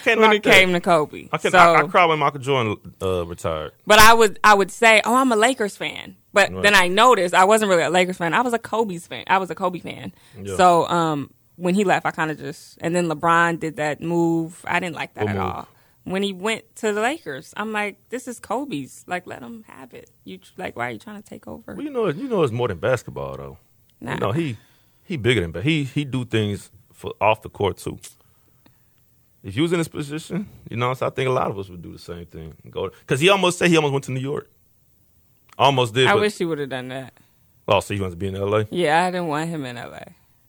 Speaker 1: can't
Speaker 2: when
Speaker 1: knock
Speaker 2: it
Speaker 1: that.
Speaker 2: came to Kobe.
Speaker 1: I can
Speaker 2: so,
Speaker 1: I, I cried when Michael Jordan uh, retired.
Speaker 2: But I would I would say, oh, I'm a Lakers fan. But
Speaker 1: Right.
Speaker 2: then I noticed I wasn't really a Lakers fan. I was a Kobe's fan. I was a Kobe fan.
Speaker 1: Yeah.
Speaker 2: So um, when he left, I kind of just and then LeBron did that move. I didn't like that
Speaker 1: What
Speaker 2: at
Speaker 1: move?
Speaker 2: all. When he went to the Lakers, I'm like, this is Kobe's. Like, let him have it. You tr- like, why are you trying to take over?
Speaker 1: Well, you know, you know, it's more than basketball though.
Speaker 2: Nah.
Speaker 1: You know, he he bigger than, but he he do things for off the court too. If you was in his position, you know, so I think a lot of us would do the same thing. Go because he almost said he almost went to New York, almost did.
Speaker 2: I
Speaker 1: but,
Speaker 2: wish he would have done that.
Speaker 1: Oh, so he wants to be in L.A.
Speaker 2: Yeah, I didn't want him in LA.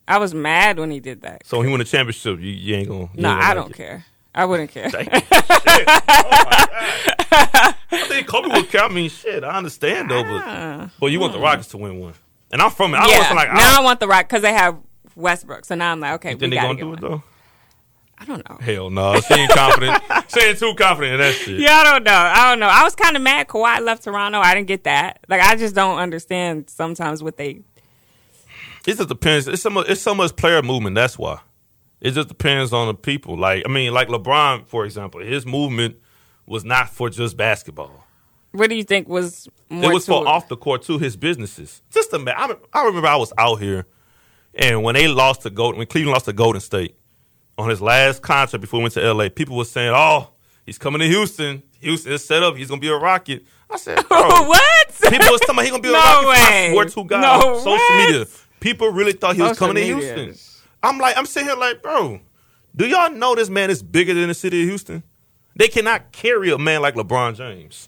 Speaker 2: I was mad when he did that.
Speaker 1: So when he won the championship, you, you ain't gonna. you
Speaker 2: no,
Speaker 1: ain't gonna
Speaker 2: I
Speaker 1: like
Speaker 2: don't
Speaker 1: it.
Speaker 2: care. I wouldn't care.
Speaker 1: Damn, shit. Oh my God. I think Kobe would count. I mean, shit, I understand though, but but you want the Rockets to win one, and I'm from it. I
Speaker 2: Ah. Hmm. yeah.
Speaker 1: wasn't like,
Speaker 2: now I,
Speaker 1: I,
Speaker 2: want the Rock because they have Westbrook. So now I'm like, okay,
Speaker 1: then
Speaker 2: we
Speaker 1: they
Speaker 2: gotta
Speaker 1: gonna
Speaker 2: get
Speaker 1: do it
Speaker 2: one.
Speaker 1: though.
Speaker 2: I don't know.
Speaker 1: Hell no, she ain't confident. she ain't too confident in that shit.
Speaker 2: Yeah, I don't know. I don't know. I was kind of mad Kawhi left Toronto. I didn't get that. Like, I just don't understand sometimes what they.
Speaker 1: It just depends. It's so much, it's so much player movement. That's why. It just depends on the people. Like I mean, like LeBron, for example, his movement was not for just basketball.
Speaker 2: What do you think was more?
Speaker 1: it was
Speaker 2: to
Speaker 1: for off the court too. His businesses. Just a man. I, I remember I was out here, and when they lost to Golden, when Cleveland lost to Golden State on his last contract before he went to L.A., people were saying, "Oh, he's coming to Houston. Houston is set up. He's gonna be a Rocket." I said, "Bro,
Speaker 2: what?
Speaker 1: People was talking about he gonna be a
Speaker 2: No
Speaker 1: Rocket. I
Speaker 2: way.
Speaker 1: swear to God,
Speaker 2: No
Speaker 1: on social
Speaker 2: way.
Speaker 1: media. People really thought he was
Speaker 2: Social
Speaker 1: coming
Speaker 2: media.
Speaker 1: to Houston. I'm like, I'm sitting here like, bro, do y'all know this man is bigger than the city of Houston? They cannot carry a man like LeBron James.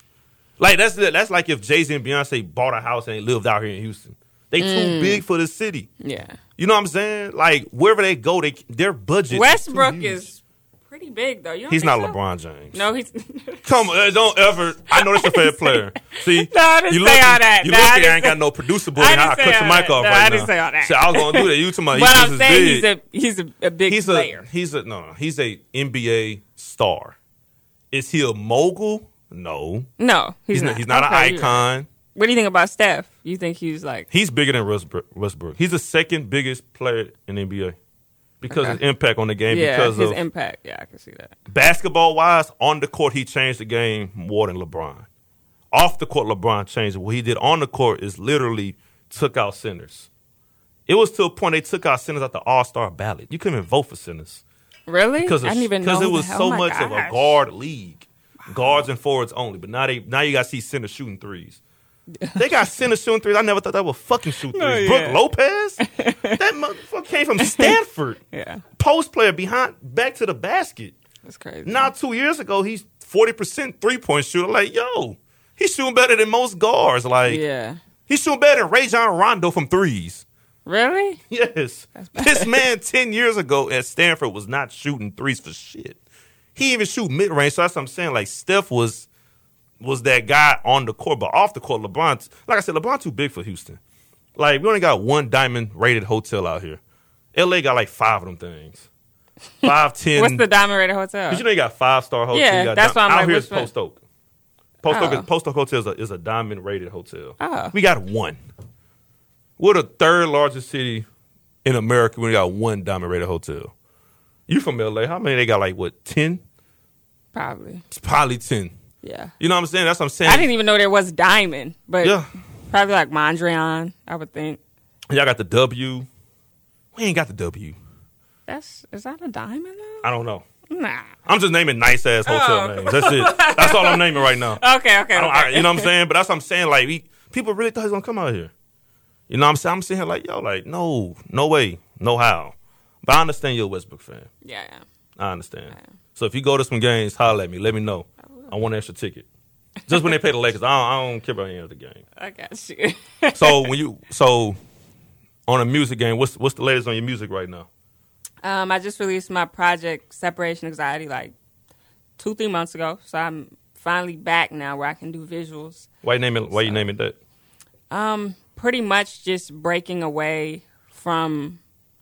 Speaker 1: Like that's that's like if Jay Z and Beyonce bought a house and they lived out here in Houston. They
Speaker 2: Mm.
Speaker 1: too big for the city.
Speaker 2: yeah.
Speaker 1: You know what I'm saying? Like wherever they go, they their budget.
Speaker 2: Westbrook
Speaker 1: too huge.
Speaker 2: is pretty big, though. You don't
Speaker 1: He's not
Speaker 2: think so?
Speaker 1: LeBron James.
Speaker 2: No, he's.
Speaker 1: Come on, don't ever. I know that's a fair player. See,
Speaker 2: No, I didn't
Speaker 1: you
Speaker 2: say
Speaker 1: look,
Speaker 2: all that.
Speaker 1: you
Speaker 2: No,
Speaker 1: look
Speaker 2: I
Speaker 1: here,
Speaker 2: didn't
Speaker 1: I ain't
Speaker 2: say-
Speaker 1: got no producer boy.
Speaker 2: I
Speaker 1: and
Speaker 2: didn't
Speaker 1: I
Speaker 2: say
Speaker 1: cut your
Speaker 2: all
Speaker 1: mic
Speaker 2: that.
Speaker 1: off
Speaker 2: No,
Speaker 1: right
Speaker 2: I didn't
Speaker 1: now.
Speaker 2: say all that.
Speaker 1: See, I was gonna do that. You to my
Speaker 2: but I'm
Speaker 1: is
Speaker 2: saying
Speaker 1: big.
Speaker 2: he's a he's a, a big
Speaker 1: he's
Speaker 2: player.
Speaker 1: a he's a no. He's a NBA star. Is he a mogul? No,
Speaker 2: no, he's,
Speaker 1: he's,
Speaker 2: not.
Speaker 1: not. He's not
Speaker 2: Okay,
Speaker 1: an
Speaker 2: you're right.
Speaker 1: icon.
Speaker 2: What do you think about Steph? You think he's like
Speaker 1: He's bigger than Westbrook. Westbrook. He's the second biggest player in the NBA because of his impact on the game.
Speaker 2: yeah,
Speaker 1: because
Speaker 2: his
Speaker 1: of
Speaker 2: impact? Yeah, I can see that.
Speaker 1: basketball wise, on the court, he changed the game more than LeBron. Off the court, LeBron changed it. What he did on the court is literally took out centers. It was to a point they took out centers out the All Star ballot. You couldn't even vote for centers
Speaker 2: Really?
Speaker 1: because
Speaker 2: I didn't even know
Speaker 1: because it
Speaker 2: who the
Speaker 1: was
Speaker 2: hell-
Speaker 1: so
Speaker 2: oh my
Speaker 1: much of a
Speaker 2: gosh.
Speaker 1: guard league, guards and forwards only. But now they now you got to see centers shooting threes. they got center shooting threes. I never thought that would fucking shoot threes.
Speaker 2: No, yeah.
Speaker 1: Brooke Lopez, that motherfucker came from Stanford.
Speaker 2: Yeah,
Speaker 1: Post player behind back to the basket.
Speaker 2: that's crazy.
Speaker 1: Now two years ago, he's forty percent three point shooter. Like yo, he's shooting better than most guards. Like
Speaker 2: yeah,
Speaker 1: he's shooting better than Ray John Rondo from threes.
Speaker 2: really?
Speaker 1: Yes, this man ten years ago at Stanford was not shooting threes for shit. He even shoot mid range. So that's what I'm saying. Like Steph was was that guy on the court, but off the court, LeBron. Like I said, LeBron too big for Houston. Like we only got one diamond rated hotel out here. L.A. got like five of them things. Five ten.
Speaker 2: What's the Diamond Raider Hotel?
Speaker 1: Cause you know you got five star hotels.
Speaker 2: Yeah,
Speaker 1: you got
Speaker 2: that's
Speaker 1: dime-
Speaker 2: why I'm
Speaker 1: out
Speaker 2: like,
Speaker 1: here is
Speaker 2: which one?
Speaker 1: Post Oak. Post Oak,
Speaker 2: Oh.
Speaker 1: is, Post Oak Hotel is a, is a diamond rated hotel.
Speaker 2: Oh.
Speaker 1: We got one. We're the third largest city in America. We got one diamond rated hotel. You from LA? How many they got? Like what? Ten?
Speaker 2: Probably.
Speaker 1: It's probably ten.
Speaker 2: Yeah.
Speaker 1: You know what I'm saying? That's what I'm saying.
Speaker 2: I didn't even know there was Diamond, but
Speaker 1: Yeah.
Speaker 2: probably like Mondrian, I would think.
Speaker 1: Y'all got the W. We ain't got the W.
Speaker 2: That's is that a diamond though?
Speaker 1: I don't know.
Speaker 2: Nah.
Speaker 1: I'm just naming nice ass hotel
Speaker 2: Oh.
Speaker 1: names. That's it. That's all I'm naming right now.
Speaker 2: Okay, okay.
Speaker 1: I don't,
Speaker 2: okay.
Speaker 1: I- you know what I'm saying? But that's what I'm saying. Like, we, people really thought he was gonna come out here. You know what I'm saying? I'm sitting here like, yo, like, no, no way, no how. But I understand you're a Westbrook fan.
Speaker 2: Yeah, yeah.
Speaker 1: I understand. So if you go to some games, holler at me. Let me know. I want an extra ticket. Just when they pay the Lakers, I don't, I don't care about any other game.
Speaker 2: I got you.
Speaker 1: So when you so on a music game, what's what's the latest on your music right now?
Speaker 2: um, I just released my project Separation Anxiety like two, three months ago. So I'm finally back now where I can do visuals.
Speaker 1: Why you name it? Why you name it that?
Speaker 2: Um, pretty much just breaking away from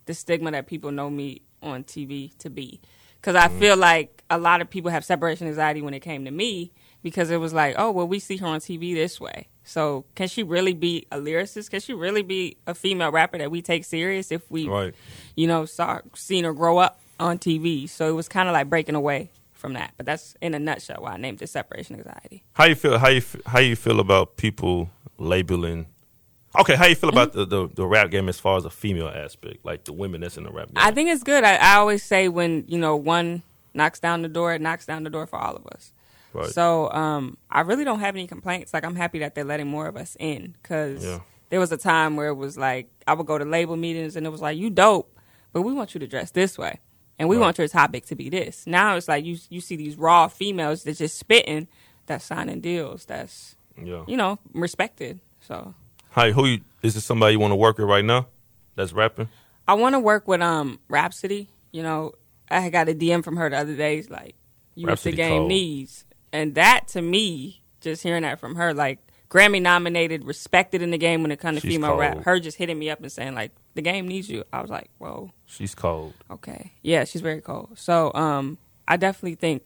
Speaker 2: the stigma that people know me on TV to be. Because I feel like a lot of people have separation anxiety when it came to me because it was like, oh, well, we see her on TV this way. So can she really be a lyricist? Can she really be a female rapper that we take serious if we,
Speaker 1: Right.
Speaker 2: you know, saw seen her grow up on TV? So it was kind of like breaking away from that. But that's in a nutshell why I named it separation anxiety.
Speaker 1: How you feel? How you f- how you feel about people labeling? Okay, how you feel about the, the, the rap game as far as the female aspect, like the women that's in the rap game?
Speaker 2: I think it's good. I, I always say when you know one knocks down the door, it knocks down the door for all of us.
Speaker 1: Right.
Speaker 2: So um, I really don't have any complaints. Like I'm happy that they're letting more of us in because
Speaker 1: Yeah.
Speaker 2: there was a time where it was like I would go to label meetings and it was like you dope, but we want you to dress this way and we
Speaker 1: Right.
Speaker 2: want your topic to be this. Now it's like you you see these raw females that just spitting, that's signing deals, that's
Speaker 1: yeah.
Speaker 2: you know respected. So
Speaker 1: Hi, who you, is this? Somebody you want to work with right now? That's rapping.
Speaker 2: I want to work with um Rhapsody. You know, I got a DM from her the other day. Like, you with the
Speaker 1: Rhapsody
Speaker 2: game
Speaker 1: cold.
Speaker 2: needs, and that to me, just hearing that from her, like Grammy nominated, respected in the game when it comes to
Speaker 1: She's
Speaker 2: female rap.
Speaker 1: cold.
Speaker 2: Her just hitting me up and saying like, the game needs you. I was like, whoa.
Speaker 1: She's cold.
Speaker 2: Okay. Yeah, she's very cold. So um, I definitely think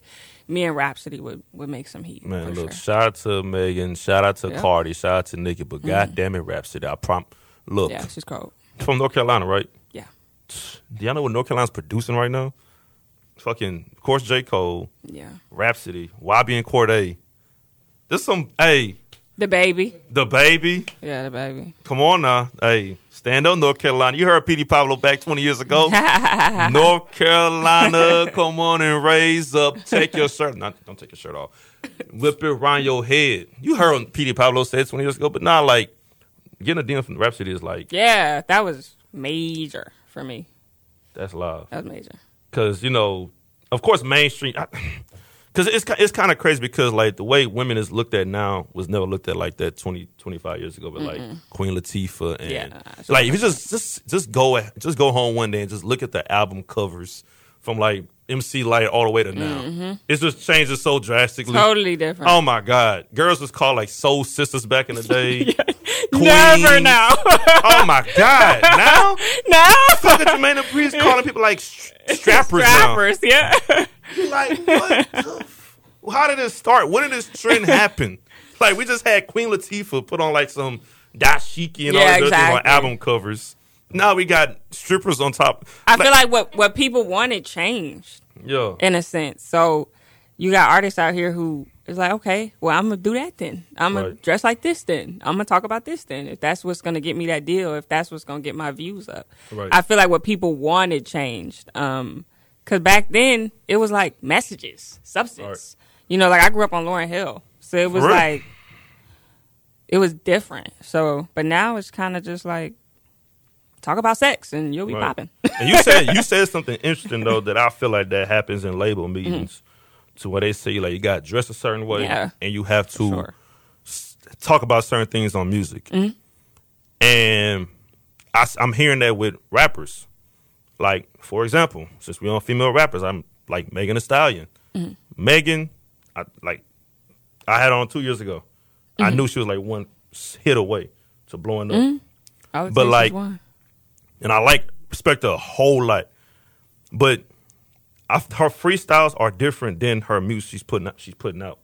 Speaker 2: me and Rhapsody would, would make some heat.
Speaker 1: Man,
Speaker 2: for
Speaker 1: look,
Speaker 2: sure.
Speaker 1: shout out to Megan, shout out to
Speaker 2: Yeah. Mm-hmm.
Speaker 1: Cardi, shout out to Nicki, but goddamn it, Rhapsody. I prom look
Speaker 2: Yeah, she's cold.
Speaker 1: from North Carolina, right?
Speaker 2: Yeah.
Speaker 1: Do y'all know what North Carolina's producing right now? Fucking, of course, J. Cole,
Speaker 2: Yeah.
Speaker 1: Rhapsody, YB and Cordae. There's some, hey,
Speaker 2: The baby.
Speaker 1: the baby.
Speaker 2: Yeah, the baby.
Speaker 1: Come on now. Hey, stand up, North Carolina. You heard Petey Pablo back 20 years ago. North Carolina, come on and raise up. Take your shirt. Not, don't take your shirt off. Whip it around your head. You heard what Petey Pablo said 20 years ago, but not like getting a DM from Rhapsody is like,
Speaker 2: Yeah, that was major for me.
Speaker 1: that's live.
Speaker 2: That was major.
Speaker 1: because you know, of course, mainstream. Because it's ki- it's kind of crazy because like the way women is looked at now was never looked at like that 20, 25 years ago. But like Queen Latifah and
Speaker 2: Yeah, I see
Speaker 1: like if you just just just go at- just go home one day and just look at the album covers from like MC Light all the way to now. It's just changes so drastically.
Speaker 2: Mm-hmm. Totally different.
Speaker 1: Oh my God! Girls was called like soul sisters back in the day.
Speaker 2: Never
Speaker 1: Queens.
Speaker 2: now.
Speaker 1: Oh my God! Now,
Speaker 2: no.
Speaker 1: look at Jermaine Dupri calling people like sh- strappers. now.
Speaker 2: Strappers, yeah.
Speaker 1: Like, what? the f- How did this start? When did this trend happen? Like, we just had Queen Latifah put on like some dashiki and all
Speaker 2: Yeah,
Speaker 1: that other things on
Speaker 2: exactly.
Speaker 1: album covers. Now we got strippers on top.
Speaker 2: I feel like what, what people wanted changed.
Speaker 1: yo,
Speaker 2: in a sense. So you got artists out here who is like, okay, well, I'm gonna do that then. I'm gonna
Speaker 1: Right.
Speaker 2: dress like this then. I'm gonna talk about this then. If that's what's gonna get me that deal, if that's what's gonna get my views up,
Speaker 1: Right.
Speaker 2: I feel like what people wanted changed. Um, cause back then it was like messages, substance. You know, like I grew up on Lauren Hill, so it was
Speaker 1: real?
Speaker 2: like it was different. So, but now it's kind of just like talk about sex and you'll be
Speaker 1: Right.
Speaker 2: popping.
Speaker 1: and you said you said something interesting though that I feel like that happens in
Speaker 2: Mm-hmm.
Speaker 1: label meetings, to where they say like you got to dress a certain way
Speaker 2: Yeah.
Speaker 1: and you have to
Speaker 2: Sure. Mm-hmm.
Speaker 1: talk about certain things on music, and I, am hearing that with rappers. Like for example, since we on female rappers, I'm like Megan Thee Stallion.
Speaker 2: Mm-hmm.
Speaker 1: Megan, I like I had on two years ago. I
Speaker 2: Mm-hmm.
Speaker 1: knew she was like one hit away to blowing up
Speaker 2: I would
Speaker 1: But
Speaker 2: say she's
Speaker 1: like-
Speaker 2: one.
Speaker 1: and I like respect her a whole lot. But I, her freestyles are different than her music she's putting out. She's putting out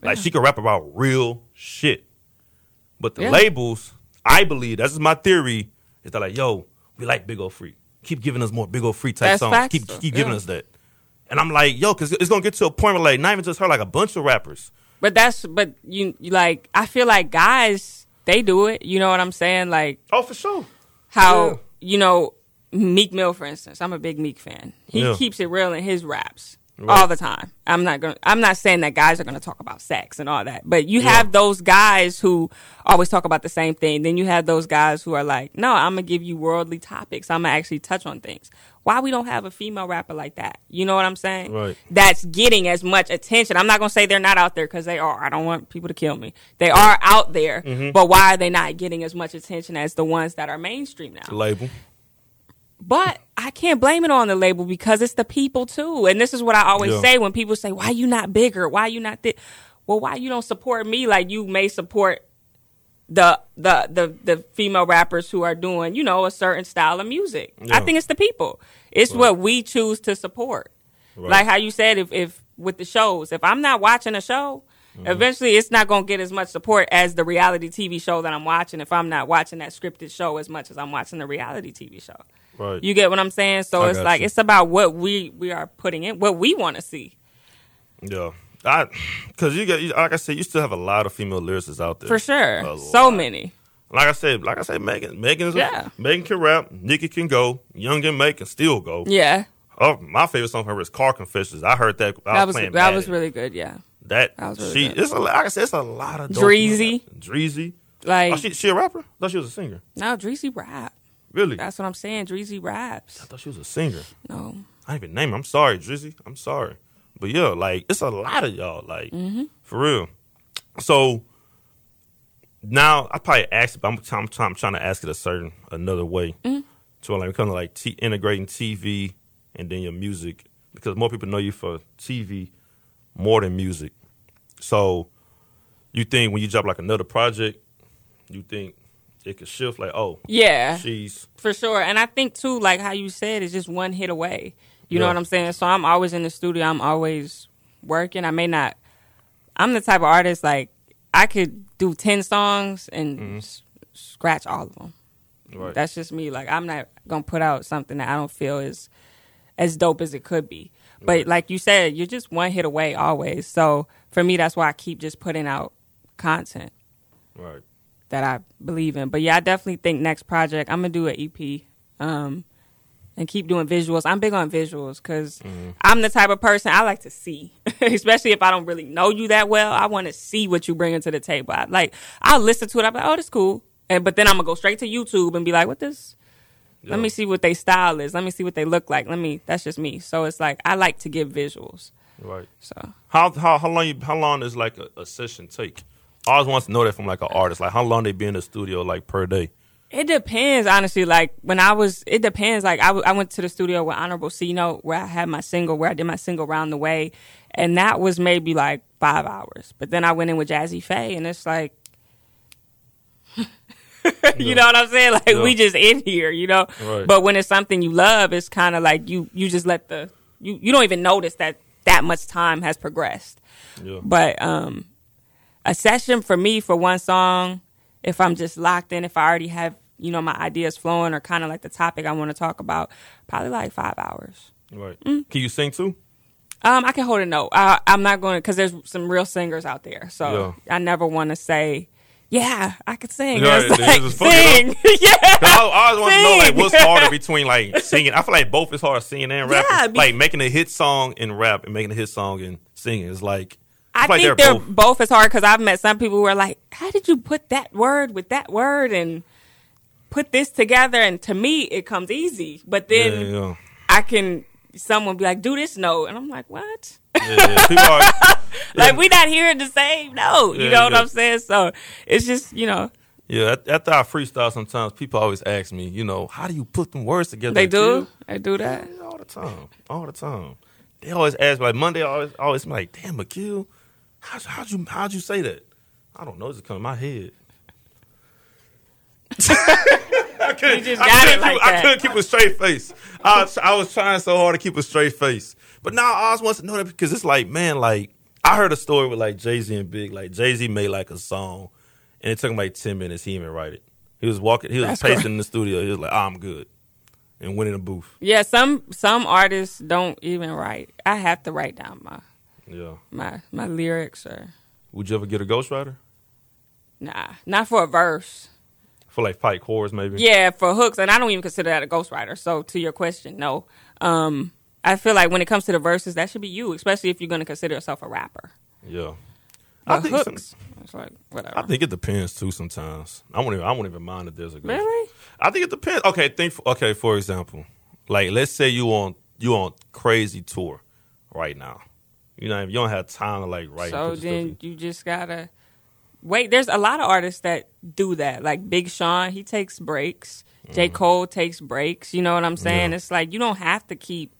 Speaker 1: like she can rap about real shit. But the
Speaker 2: Yeah.
Speaker 1: labels, I believe, that's just my theory, is that like, yo, we like Big O Free. Keep giving us more Big O Free type
Speaker 2: That's
Speaker 1: songs.
Speaker 2: facts,
Speaker 1: Keep
Speaker 2: though.
Speaker 1: keep giving
Speaker 2: Yeah.
Speaker 1: us that. And I'm like, yo, because it's gonna get to a point where like not even just her, like a bunch of rappers.
Speaker 2: But that's but you, you like I feel like guys they do it. You know what I'm saying? Like
Speaker 1: Oh, for sure.
Speaker 2: how
Speaker 1: Yeah.
Speaker 2: you know Meek Mill, for instance. I'm a big Meek fan. He
Speaker 1: Yeah.
Speaker 2: keeps it real in his raps
Speaker 1: Right.
Speaker 2: all the time. I'm not going. to I'm not saying that guys are going to talk about sex and all that. But you have those guys who always talk about the same thing. Then you have those guys who are like, no, I'm gonna give you worldly topics. I'm gonna actually touch on things. Why we don't have a female rapper like that? You know what I'm saying?
Speaker 1: Right.
Speaker 2: that's getting as much attention. I'm not going to say they're not out there because they are. I don't want people to kill me. They are out there, but why are they not getting as much attention as the ones that are mainstream now?
Speaker 1: label.
Speaker 2: But I can't blame it on the label because it's the people too. And this is what I always
Speaker 1: Yeah.
Speaker 2: say when people say, "Why you not bigger? Why you not this?" Well, why you don't support me like you may support the the the the female rappers who are doing you know a certain style of music.
Speaker 1: Yeah.
Speaker 2: I think it's the people. It's what we choose to support.
Speaker 1: Right.
Speaker 2: Like how you said, if if with the shows, if I'm not watching a show.
Speaker 1: Mm-hmm.
Speaker 2: Eventually, it's not going to get as much support as the reality TV show that I'm watching if I'm not watching that scripted show as much as I'm watching the reality TV show.
Speaker 1: Right.
Speaker 2: You get what I'm saying? So
Speaker 1: I
Speaker 2: it's
Speaker 1: got
Speaker 2: like
Speaker 1: you.
Speaker 2: it's about what we we are putting in, what we want to see
Speaker 1: yeah. I, cause you got you- like I said, you still have a lot of female lyricists out there
Speaker 2: for sure.
Speaker 1: A
Speaker 2: So
Speaker 1: lot.
Speaker 2: many.
Speaker 1: Like I said, like I said, Megan, Megan's
Speaker 2: Yeah.
Speaker 1: Megan can rap, Nikki can go, Young and May can still go.
Speaker 2: Yeah,
Speaker 1: Oh, my favorite song from her is "Car Confessions." I heard that. I was,
Speaker 2: that was
Speaker 1: playing
Speaker 2: that was
Speaker 1: Madden.
Speaker 2: really good. Yeah,
Speaker 1: that.
Speaker 2: that was really
Speaker 1: she,
Speaker 2: good.
Speaker 1: it's a, like I said, it's a lot of dope
Speaker 2: Dreezy.
Speaker 1: female- Dreezy.
Speaker 2: like
Speaker 1: Oh, she she a rapper? I thought she was a singer.
Speaker 2: no, Dreezy rap.
Speaker 1: Really? I
Speaker 2: That's what I'm saying. Dreezy raps.
Speaker 1: thought she was a singer.
Speaker 2: No,
Speaker 1: I didn't even name. Her. I'm sorry, Drizzy. I'm sorry, but yeah, like it's a lot of y'all, like for real. So now I probably asked, but I'm, I'm, try- I'm trying to ask it a certain another way. So like kind of like t- integrating TV and then your music because more people know you for TV more than music. So you think when you drop like another project, you think it could shift like oh
Speaker 2: Yeah.
Speaker 1: she's
Speaker 2: for sure. And I think too, like how you said, it's just one hit away. You know
Speaker 1: Yeah.
Speaker 2: what I'm saying? So I'm always in the studio. I'm always working. I may not. I'm the type of artist like I could do ten songs and
Speaker 1: Mm-hmm.
Speaker 2: s- scratch all of them.
Speaker 1: right.
Speaker 2: That's just me. Like I'm not gonna put out something that I don't feel is as dope as it could be. But like you said, you're just one hit away always. So for me, that's why I keep just putting out content
Speaker 1: right.
Speaker 2: that I believe in. But yeah, I definitely think next project I'm gonna do an EP um, and keep doing visuals. I'm big on visuals because I'm the type of person I like to see, especially if I don't really know you that well. I want to see what you bringing to the table. I, like I'll listen to it. I'm like, oh, this cool. And but then I'm gonna go straight to YouTube and be like, what this. Let
Speaker 1: Yeah.
Speaker 2: me see what they style is. Let me see what they look like. Let me. That's just me. So it's like I like to give visuals.
Speaker 1: Right.
Speaker 2: So
Speaker 1: How how how long you how long does like a, a session take? I always want to know that from like an artist, like how long they be in the studio like per day.
Speaker 2: It depends, honestly. Like when I was, it depends. Like I, w- I went to the studio with Honorable Cino where I had my single, where I did my single round the way, and that was maybe like five hours. But then I went in with Jazzy Faye, and it's like, you know what I'm saying? Like we
Speaker 1: Yeah.
Speaker 2: just in here, you know.
Speaker 1: Right.
Speaker 2: But when it's something you love, it's kind of like you you just let the you you don't even notice that that much time has progressed.
Speaker 1: Yeah.
Speaker 2: But um a session for me for one song, if I'm just locked in, if I already have, you know, my ideas flowing or kind of like the topic I want to talk about, probably like five hours.
Speaker 1: Right.
Speaker 2: mm.
Speaker 1: Can you sing too?
Speaker 2: Um, I can hold a note. I, I'm not going to, because there's some real singers out there. So I never want to say, yeah, I could sing.
Speaker 1: Yeah,
Speaker 2: It's
Speaker 1: they
Speaker 2: like,
Speaker 1: just fuck it
Speaker 2: sing. yeah.
Speaker 1: I always want to know like
Speaker 2: Sing.
Speaker 1: what's harder between like singing. I feel like both is hard singing and rapping.
Speaker 2: Yeah, be-
Speaker 1: like making a hit song and rap and making a hit song and singing is like
Speaker 2: I
Speaker 1: feel like
Speaker 2: think they're both, as hard because I've met some people who are like, "How did you put that word with that word and put this together?" And to me, it comes easy. But
Speaker 1: yeah,
Speaker 2: then
Speaker 1: yeah,
Speaker 2: I can someone be like, "Do this note," and I'm like, "What?"
Speaker 1: yeah, yeah. People are
Speaker 2: Like we not here to say no. You
Speaker 1: Yeah,
Speaker 2: know what
Speaker 1: yeah.
Speaker 2: I'm saying? So it's just you know
Speaker 1: yeah. at- After I freestyle, sometimes people always ask me, you know, how do you put them words together?
Speaker 2: they
Speaker 1: too?
Speaker 2: do they do that.
Speaker 1: Yeah, all the time, all the time. They always ask like Monday. I Always, always be like, damn, McHugh, how'd, how'd you how'd you say that? I don't know. It just come to my head. I couldn't,
Speaker 2: You just
Speaker 1: I
Speaker 2: got it
Speaker 1: couldn't
Speaker 2: like
Speaker 1: keep,
Speaker 2: that.
Speaker 1: I couldn't keep a straight face. I, was- I was trying so hard to keep a straight face, but now I always want to know that because it's like, man, like I heard a story with like Jay Z and Big. Like Jay Z made like a song, and it took him like ten minutes. He even write it. He was walking. He was
Speaker 2: That's
Speaker 1: pacing
Speaker 2: correct.
Speaker 1: in the studio. He was like, "Ah, I'm good, and went in a booth.
Speaker 2: Yeah, some some artists don't even write. I have to write down my
Speaker 1: Yeah.
Speaker 2: my my lyrics or
Speaker 1: Would you ever get a ghostwriter?
Speaker 2: nah, not for a verse.
Speaker 1: For like Pike Horrors, maybe?
Speaker 2: Yeah, for hooks, and I don't even consider that a ghostwriter. So to your question, no. Um, I feel like when it comes to the verses, that should be you, especially if you're going to consider yourself a rapper.
Speaker 1: Yeah.
Speaker 2: But
Speaker 1: I think, some-
Speaker 2: hooks, it's like whatever.
Speaker 1: I think it depends too sometimes. I won't even, I won't even mind if there's a ghost.
Speaker 2: really,
Speaker 1: I think it depends. Okay, think okay, for example. Like let's say you on you on crazy tour right now. You know, you don't have time to like write. and
Speaker 2: so
Speaker 1: put the stuff
Speaker 2: then
Speaker 1: in.
Speaker 2: you just gotta wait. There's a lot of artists that do that. Like Big Sean, he takes breaks. J Cole takes breaks. You know what I'm saying?
Speaker 1: Mm-hmm. Yeah.
Speaker 2: It's like you don't have to keep.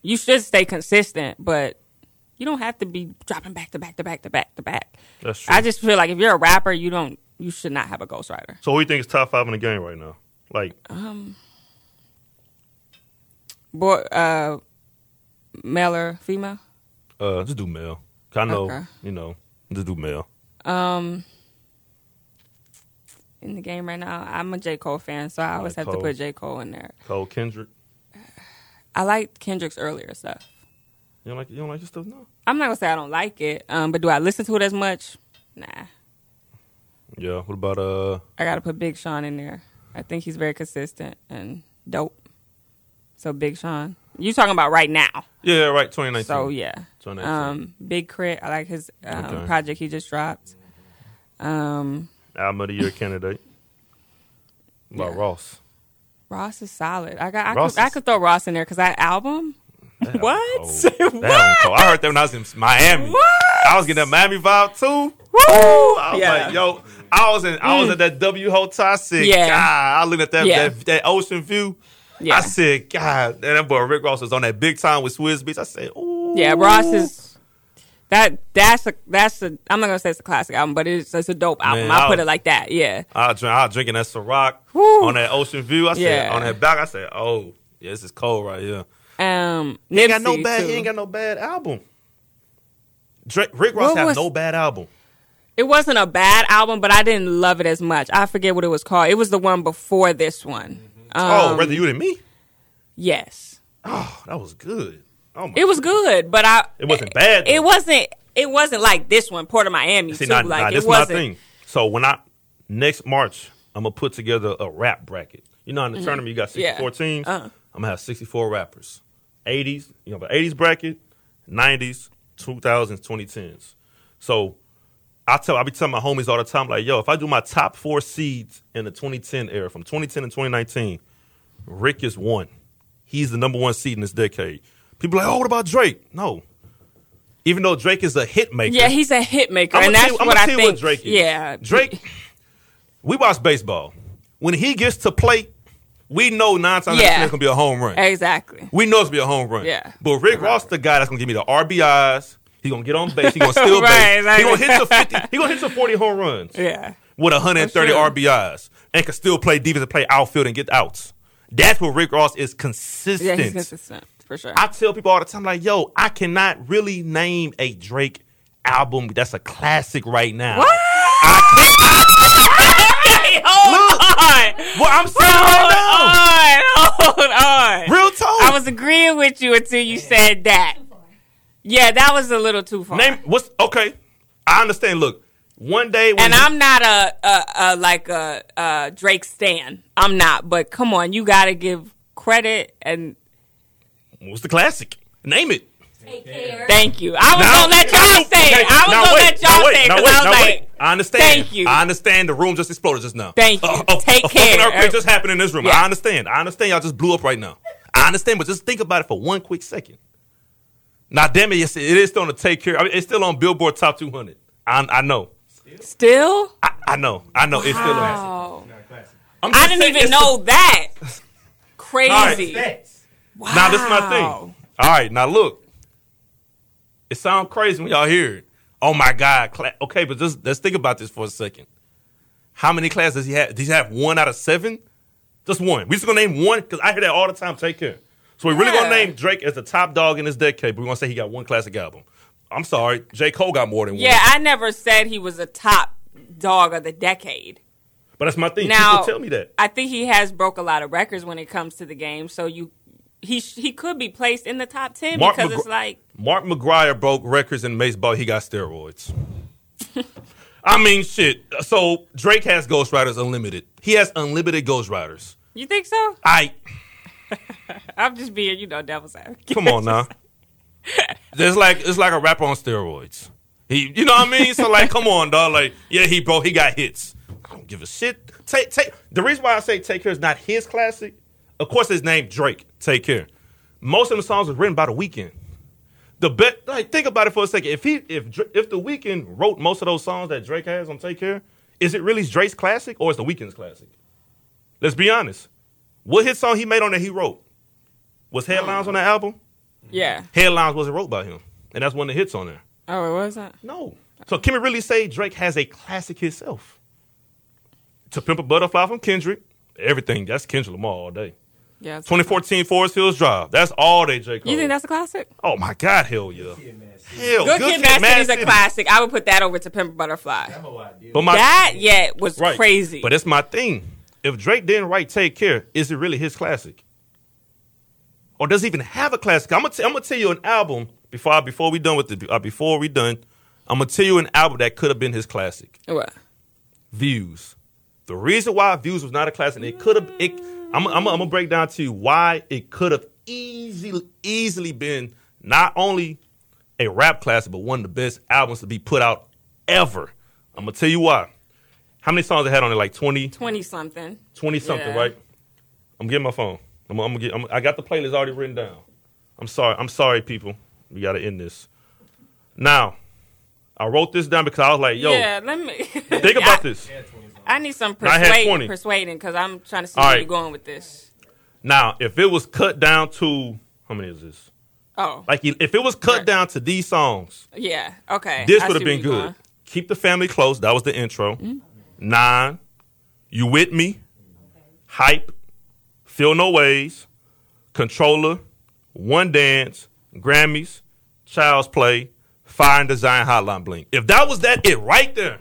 Speaker 2: You should stay consistent, but you don't have to be dropping back to back to back to back to back.
Speaker 1: that's true.
Speaker 2: I just feel like if you're a rapper, you don't you should not have a ghostwriter.
Speaker 1: so who you think is top five in the game right now? Like
Speaker 2: Boy, uh, male or female?
Speaker 1: uh just do male. 'Cause I know,
Speaker 2: Okay.
Speaker 1: you know, just do male.
Speaker 2: Um, in the game right now, I'm a J Cole fan, so I always
Speaker 1: Like
Speaker 2: have to
Speaker 1: Cole.
Speaker 2: put J Cole in there.
Speaker 1: Cole Kendrick.
Speaker 2: I like Kendrick's earlier stuff.
Speaker 1: You don't like you don't like your stuff now?
Speaker 2: I'm not gonna say I don't like it, um, but do I listen to it as much? Nah,
Speaker 1: Yeah. What about uh
Speaker 2: I gotta put Big Sean in there. I think he's very consistent and dope. So Big Sean, you talking about right now?
Speaker 1: Yeah, right, twenty nineteen.
Speaker 2: So yeah,
Speaker 1: 2019.
Speaker 2: um, Big Crit. I like his um,
Speaker 1: Okay.
Speaker 2: project he just dropped. Um,
Speaker 1: album of the year candidate. What About
Speaker 2: Yeah.
Speaker 1: Ross.
Speaker 2: Ross is solid. I got. I,
Speaker 1: Ross
Speaker 2: could, I
Speaker 1: is-
Speaker 2: could throw Ross in there because that album.
Speaker 1: That
Speaker 2: What?
Speaker 1: album cold. That album cold. I heard that when I was in Miami.
Speaker 2: What?
Speaker 1: I was getting that Miami vibe too. Oh, I was
Speaker 2: Yeah. Mm.
Speaker 1: like, yo, I was in I was at that W Hotel six.
Speaker 2: Yeah.
Speaker 1: God, I looked at that,
Speaker 2: Yeah.
Speaker 1: that that ocean view.
Speaker 2: Yeah.
Speaker 1: I said, God, and that boy Rick Ross was on that big time with Swizz Beats. I said, ooh.
Speaker 2: Yeah, Ross is that that's a that's a I'm not gonna say it's a classic album, but it's it's a dope album.
Speaker 1: Man,
Speaker 2: I'll,
Speaker 1: I
Speaker 2: put
Speaker 1: was-
Speaker 2: it like that. Yeah.
Speaker 1: I drink I drinking that Ciroc
Speaker 2: Whew.
Speaker 1: on that ocean view. I said
Speaker 2: Yeah.
Speaker 1: on that back, I said, Oh, yeah, this is cold right here.
Speaker 2: Um
Speaker 1: He ain't got no
Speaker 2: Nipsey,
Speaker 1: bad
Speaker 2: too.
Speaker 1: he ain't got no bad album. Drake, Rick Ross
Speaker 2: What
Speaker 1: had
Speaker 2: was-
Speaker 1: no bad album.
Speaker 2: It wasn't a bad album, but I didn't love it as much. I forget what it was called. It was the one before this one.
Speaker 1: oh,
Speaker 2: Um,
Speaker 1: rather you than me?
Speaker 2: Yes.
Speaker 1: Oh, that was good. Oh my
Speaker 2: It was good, but I
Speaker 1: It wasn't bad, though.
Speaker 2: It wasn't it wasn't like this one, Port of Miami
Speaker 1: See,
Speaker 2: too.
Speaker 1: now,
Speaker 2: like
Speaker 1: now,
Speaker 2: it
Speaker 1: this
Speaker 2: wasn't
Speaker 1: my thing. So when I next March, I'm gonna put together a rap bracket. You know, in the tournament, you got 64
Speaker 2: Mm-hmm. Yeah.
Speaker 1: teams.
Speaker 2: Uh-huh.
Speaker 1: I'm gonna have 64 rappers. 80s, you know, an 80s bracket, 90s, 2000s, 2010s. So I tell, I be telling my homies all the time, like, yo, if I do my top four seeds in the 2010 era, from 2010 and 2019, Rick is one. He's the number one seed in this decade. People are like, oh, what about Drake? No. Even though Drake is a hit maker,
Speaker 2: Yeah, he's a hit maker,
Speaker 1: I'ma
Speaker 2: and
Speaker 1: tell
Speaker 2: that's
Speaker 1: you- I'ma
Speaker 2: what I
Speaker 1: tell you
Speaker 2: think.
Speaker 1: what Drake is.
Speaker 2: Yeah,
Speaker 1: Drake, we watch baseball. When he gets to play, we know nine times out of
Speaker 2: Yeah.
Speaker 1: ten it's gonna be a home run.
Speaker 2: exactly.
Speaker 1: We know it's gonna be a home run.
Speaker 2: Yeah.
Speaker 1: But Rick Ross, the guy that's gonna give me the RBIs. He gonna get on base. He gonna steal
Speaker 2: Right,
Speaker 1: base. He gonna
Speaker 2: exactly.
Speaker 1: hit the fifty. He gonna hit the forty home runs
Speaker 2: Yeah,
Speaker 1: with 130
Speaker 2: That's true.
Speaker 1: RBIs and can still play defense and play outfield and get outs. That's where Rick Ross is
Speaker 2: yeah,
Speaker 1: consistent.
Speaker 2: he's consistent for sure.
Speaker 1: I tell people all the time, like, yo, I cannot really name a Drake album that's a classic right now. What? I can't.
Speaker 2: hold
Speaker 1: Look. Oh.
Speaker 2: on,
Speaker 1: Well, I'm saying right
Speaker 2: hold on, hold on.
Speaker 1: now. Real talk.
Speaker 2: Oh. I was agreeing with you until you said that. Yeah, that was a little too far.
Speaker 1: name what's okay. I understand. Look, one day when
Speaker 2: and I'm not a, a, a like a, a Drake stan. I'm not. But come on, you gotta give credit and
Speaker 1: what's the classic? Name it.
Speaker 4: Take care.
Speaker 2: thank you. I was
Speaker 1: Now-
Speaker 2: gonna let y'all say
Speaker 1: Okay,
Speaker 2: it. I was
Speaker 1: now
Speaker 2: gonna
Speaker 1: wait,
Speaker 2: let
Speaker 1: now
Speaker 2: y'all
Speaker 1: wait,
Speaker 2: say it
Speaker 1: now
Speaker 2: because
Speaker 1: wait,
Speaker 2: I was
Speaker 1: now
Speaker 2: like,
Speaker 1: wait. I understand.
Speaker 2: thank you.
Speaker 1: I understand. The room just exploded just now.
Speaker 2: Thank you.
Speaker 1: A- a-
Speaker 2: Take
Speaker 1: a fucking
Speaker 2: care.
Speaker 1: earthquake just happened in this room.
Speaker 2: Yeah.
Speaker 1: I understand. I understand. Y'all just blew up right now. I understand, but just think about it for one quick second. Now, damn it, yes, it is still on the take care. I mean, it's still on Billboard Top 200. I, I know.
Speaker 2: still.
Speaker 1: I, I know. I know. It's still on.
Speaker 2: Oh,
Speaker 3: Not classic.
Speaker 1: I'm just
Speaker 2: I didn't
Speaker 1: saying
Speaker 2: even
Speaker 1: it's
Speaker 2: know that. Crazy.
Speaker 3: Stats.
Speaker 2: Wow.
Speaker 1: Now this is my thing. All right, now look. It sounds crazy when y'all hear it. Oh my God! Cla- okay, but just let's think about this for a second. How many classes does he have? Does he have one out of seven? Just one. We just gonna name one because I hear that all the time. Take care. So we really gonna
Speaker 2: Yeah.
Speaker 1: name Drake as the top dog in this decade, but we gonna say he got one classic album. I'm sorry, J. Cole got more than
Speaker 2: Yeah,
Speaker 1: one.
Speaker 2: I never said he was a top dog of the decade.
Speaker 1: But that's my thing.
Speaker 2: Now-
Speaker 1: People tell me that.
Speaker 2: I think he has broke a lot of records when it comes to the game. So you, he sh- he could be placed in the top ten
Speaker 1: Mark
Speaker 2: because
Speaker 1: McGr-
Speaker 2: it's like
Speaker 1: Mark McGuire broke records in baseball. He got steroids. I mean, shit. So Drake has Ghost Riders Unlimited. He has unlimited Ghost Riders.
Speaker 2: you think so.
Speaker 1: I
Speaker 2: I'm just being you know devil's advocate.
Speaker 1: come on now. It's like it's like a rapper on steroids. He, you know what I mean? So like, come on, dog. Like, yeah, he broke. He got hits. I don't give a shit. Take take. The reason why I say Take Care is not his classic. Of course, his name Drake. Take Care. Most of the songs were written by the weekend. the best. Like, think about it for a second. If he, if Dra- if the Weeknd wrote most of those songs that Drake has on Take Care, is it really Drake's classic or is the Weeknd's classic? Let's be honest. What hit song he made on that he wrote was Headlines on the album.
Speaker 2: Yeah.
Speaker 1: Headlines wasn't wrote by him, and that's one of the hits on there.
Speaker 2: Oh, it wasn't.
Speaker 1: No. So can we really say Drake has a classic himself? To Pimp a Butterfly from Kendrick, everything that's Kendrick Lamar all day.
Speaker 2: Yeah. it's-
Speaker 1: 2014 Forest Hills Drive, that's all day Drake.
Speaker 2: You think that's a classic?
Speaker 1: Oh my God, hell yeah,
Speaker 3: Yeah, man. See,
Speaker 1: hell.
Speaker 2: Good, Kid, Mad City is a
Speaker 1: City.
Speaker 2: classic. I would put that over to Pimp a Butterfly.
Speaker 3: that's how I did.
Speaker 1: But my
Speaker 2: that yet was crazy.
Speaker 1: But that's my thing. If Drake didn't write "Take Care," is it really his classic, or does he even have a classic? I'm gonna t- I'm gonna tell you an album before I, before we done with the uh, before we done. I'm gonna tell you an album that could have been his classic.
Speaker 2: what?
Speaker 1: Views. The reason why Views was not a classic, it could have. It, I'm, I'm, I'm gonna break down to you why it could have easily easily been not only a rap classic, but one of the best albums to be put out ever. I'm gonna tell you why. How many songs they had on it? Like 20,
Speaker 2: Twenty something.
Speaker 1: 20 something,
Speaker 2: Yeah.
Speaker 1: right? I'm getting my phone. I'm, I'm gonna get. I'm, I got the playlist already written down. I'm sorry. I'm sorry, people. We gotta end this now. I wrote this down because I was like, yo,
Speaker 2: yeah, let me
Speaker 1: think about this.
Speaker 3: Yeah, 20s on.
Speaker 2: I need some
Speaker 1: Now I had 20.
Speaker 2: persuading, persuading, because I'm trying to see
Speaker 1: All
Speaker 2: where
Speaker 1: right.
Speaker 2: you're going with this.
Speaker 1: Now, if it was cut down to how many is this?
Speaker 2: Oh,
Speaker 1: Like, e, if it was cut
Speaker 2: Right.
Speaker 1: down to these songs,
Speaker 2: yeah, okay.
Speaker 1: this
Speaker 2: I
Speaker 1: would have
Speaker 2: see
Speaker 1: been
Speaker 2: where you're
Speaker 1: good.
Speaker 2: going.
Speaker 1: Keep the family close. That was the intro.
Speaker 2: Mm-hmm.
Speaker 1: Nine. You with me? Hype. Feel no ways. Controller. One dance. Grammys. Child's play. Fire and design. Hotline bling. If that was that, it right there.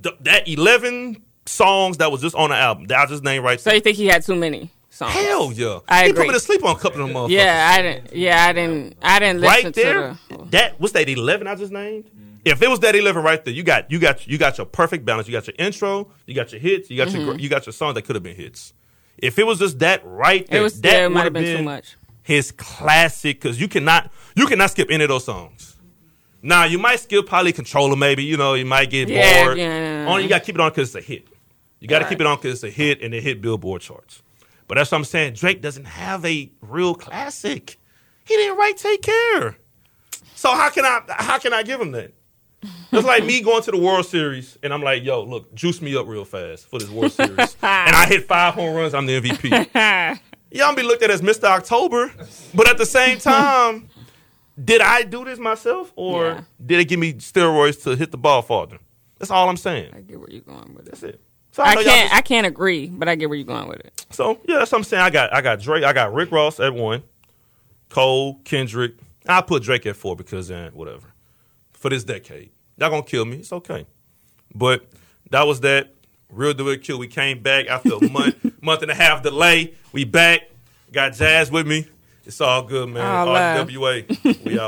Speaker 1: Th- that eleven songs that was just on the album. That I just named right.
Speaker 2: So you think he had too many songs?
Speaker 1: Hell yeah!
Speaker 2: I
Speaker 1: he put
Speaker 2: agree.
Speaker 1: me to sleep on a couple of them motherfuckers.
Speaker 2: Yeah, I didn't. Yeah, I didn't. I didn't listen
Speaker 1: right there,
Speaker 2: to the.
Speaker 1: that what's that eleven I just named? If it was that eleven right there, you got you got you got your perfect balance. You got your intro, you got your hits, you got
Speaker 2: Mm-hmm.
Speaker 1: your gr- you got your songs that could have been hits. If it was just that right
Speaker 2: It
Speaker 1: there,
Speaker 2: was.
Speaker 1: that
Speaker 2: Yeah, it might
Speaker 1: would've
Speaker 2: have been, too much.
Speaker 1: His classic, because you cannot you cannot skip any of those songs. Now you might skip probably controller, maybe you know you might get
Speaker 2: Yeah,
Speaker 1: bored.
Speaker 2: yeah.
Speaker 1: Only you got to keep it on because it's a hit. You got to
Speaker 2: Right.
Speaker 1: keep it on because it's a hit and it hit Billboard charts. But that's what I'm saying. Drake doesn't have a real classic. He didn't write "Take Care," so how can I how can I give him that? It's like me going to the World Series and I'm like, "Yo, look, juice me up real fast for this World Series," and I hit five home runs. I'm the MVP.
Speaker 2: Ha.
Speaker 1: Y'all be looked at as Mr. October, but at the same time, did I do this myself or
Speaker 2: Yeah.
Speaker 1: did it give me steroids to hit the ball farther? That's all I'm
Speaker 2: I
Speaker 1: saying.
Speaker 2: get where you're going with it.
Speaker 1: That's it. So
Speaker 2: I
Speaker 1: know y'all
Speaker 2: can't.
Speaker 1: just-
Speaker 2: I can't agree, but I get where you're going with it.
Speaker 1: so yeah, that's what I'm saying. I got I got Drake, I got Rick Ross at one, Cole, Kendrick. I put Drake at four because eh, whatever. For this decade, y'all gonna kill me. It's okay. But that was that. Real do it kill. We came back after a month, month and a half delay. We back. Got Jazz with me. It's all good, man.
Speaker 2: All love.
Speaker 1: RWA. We out.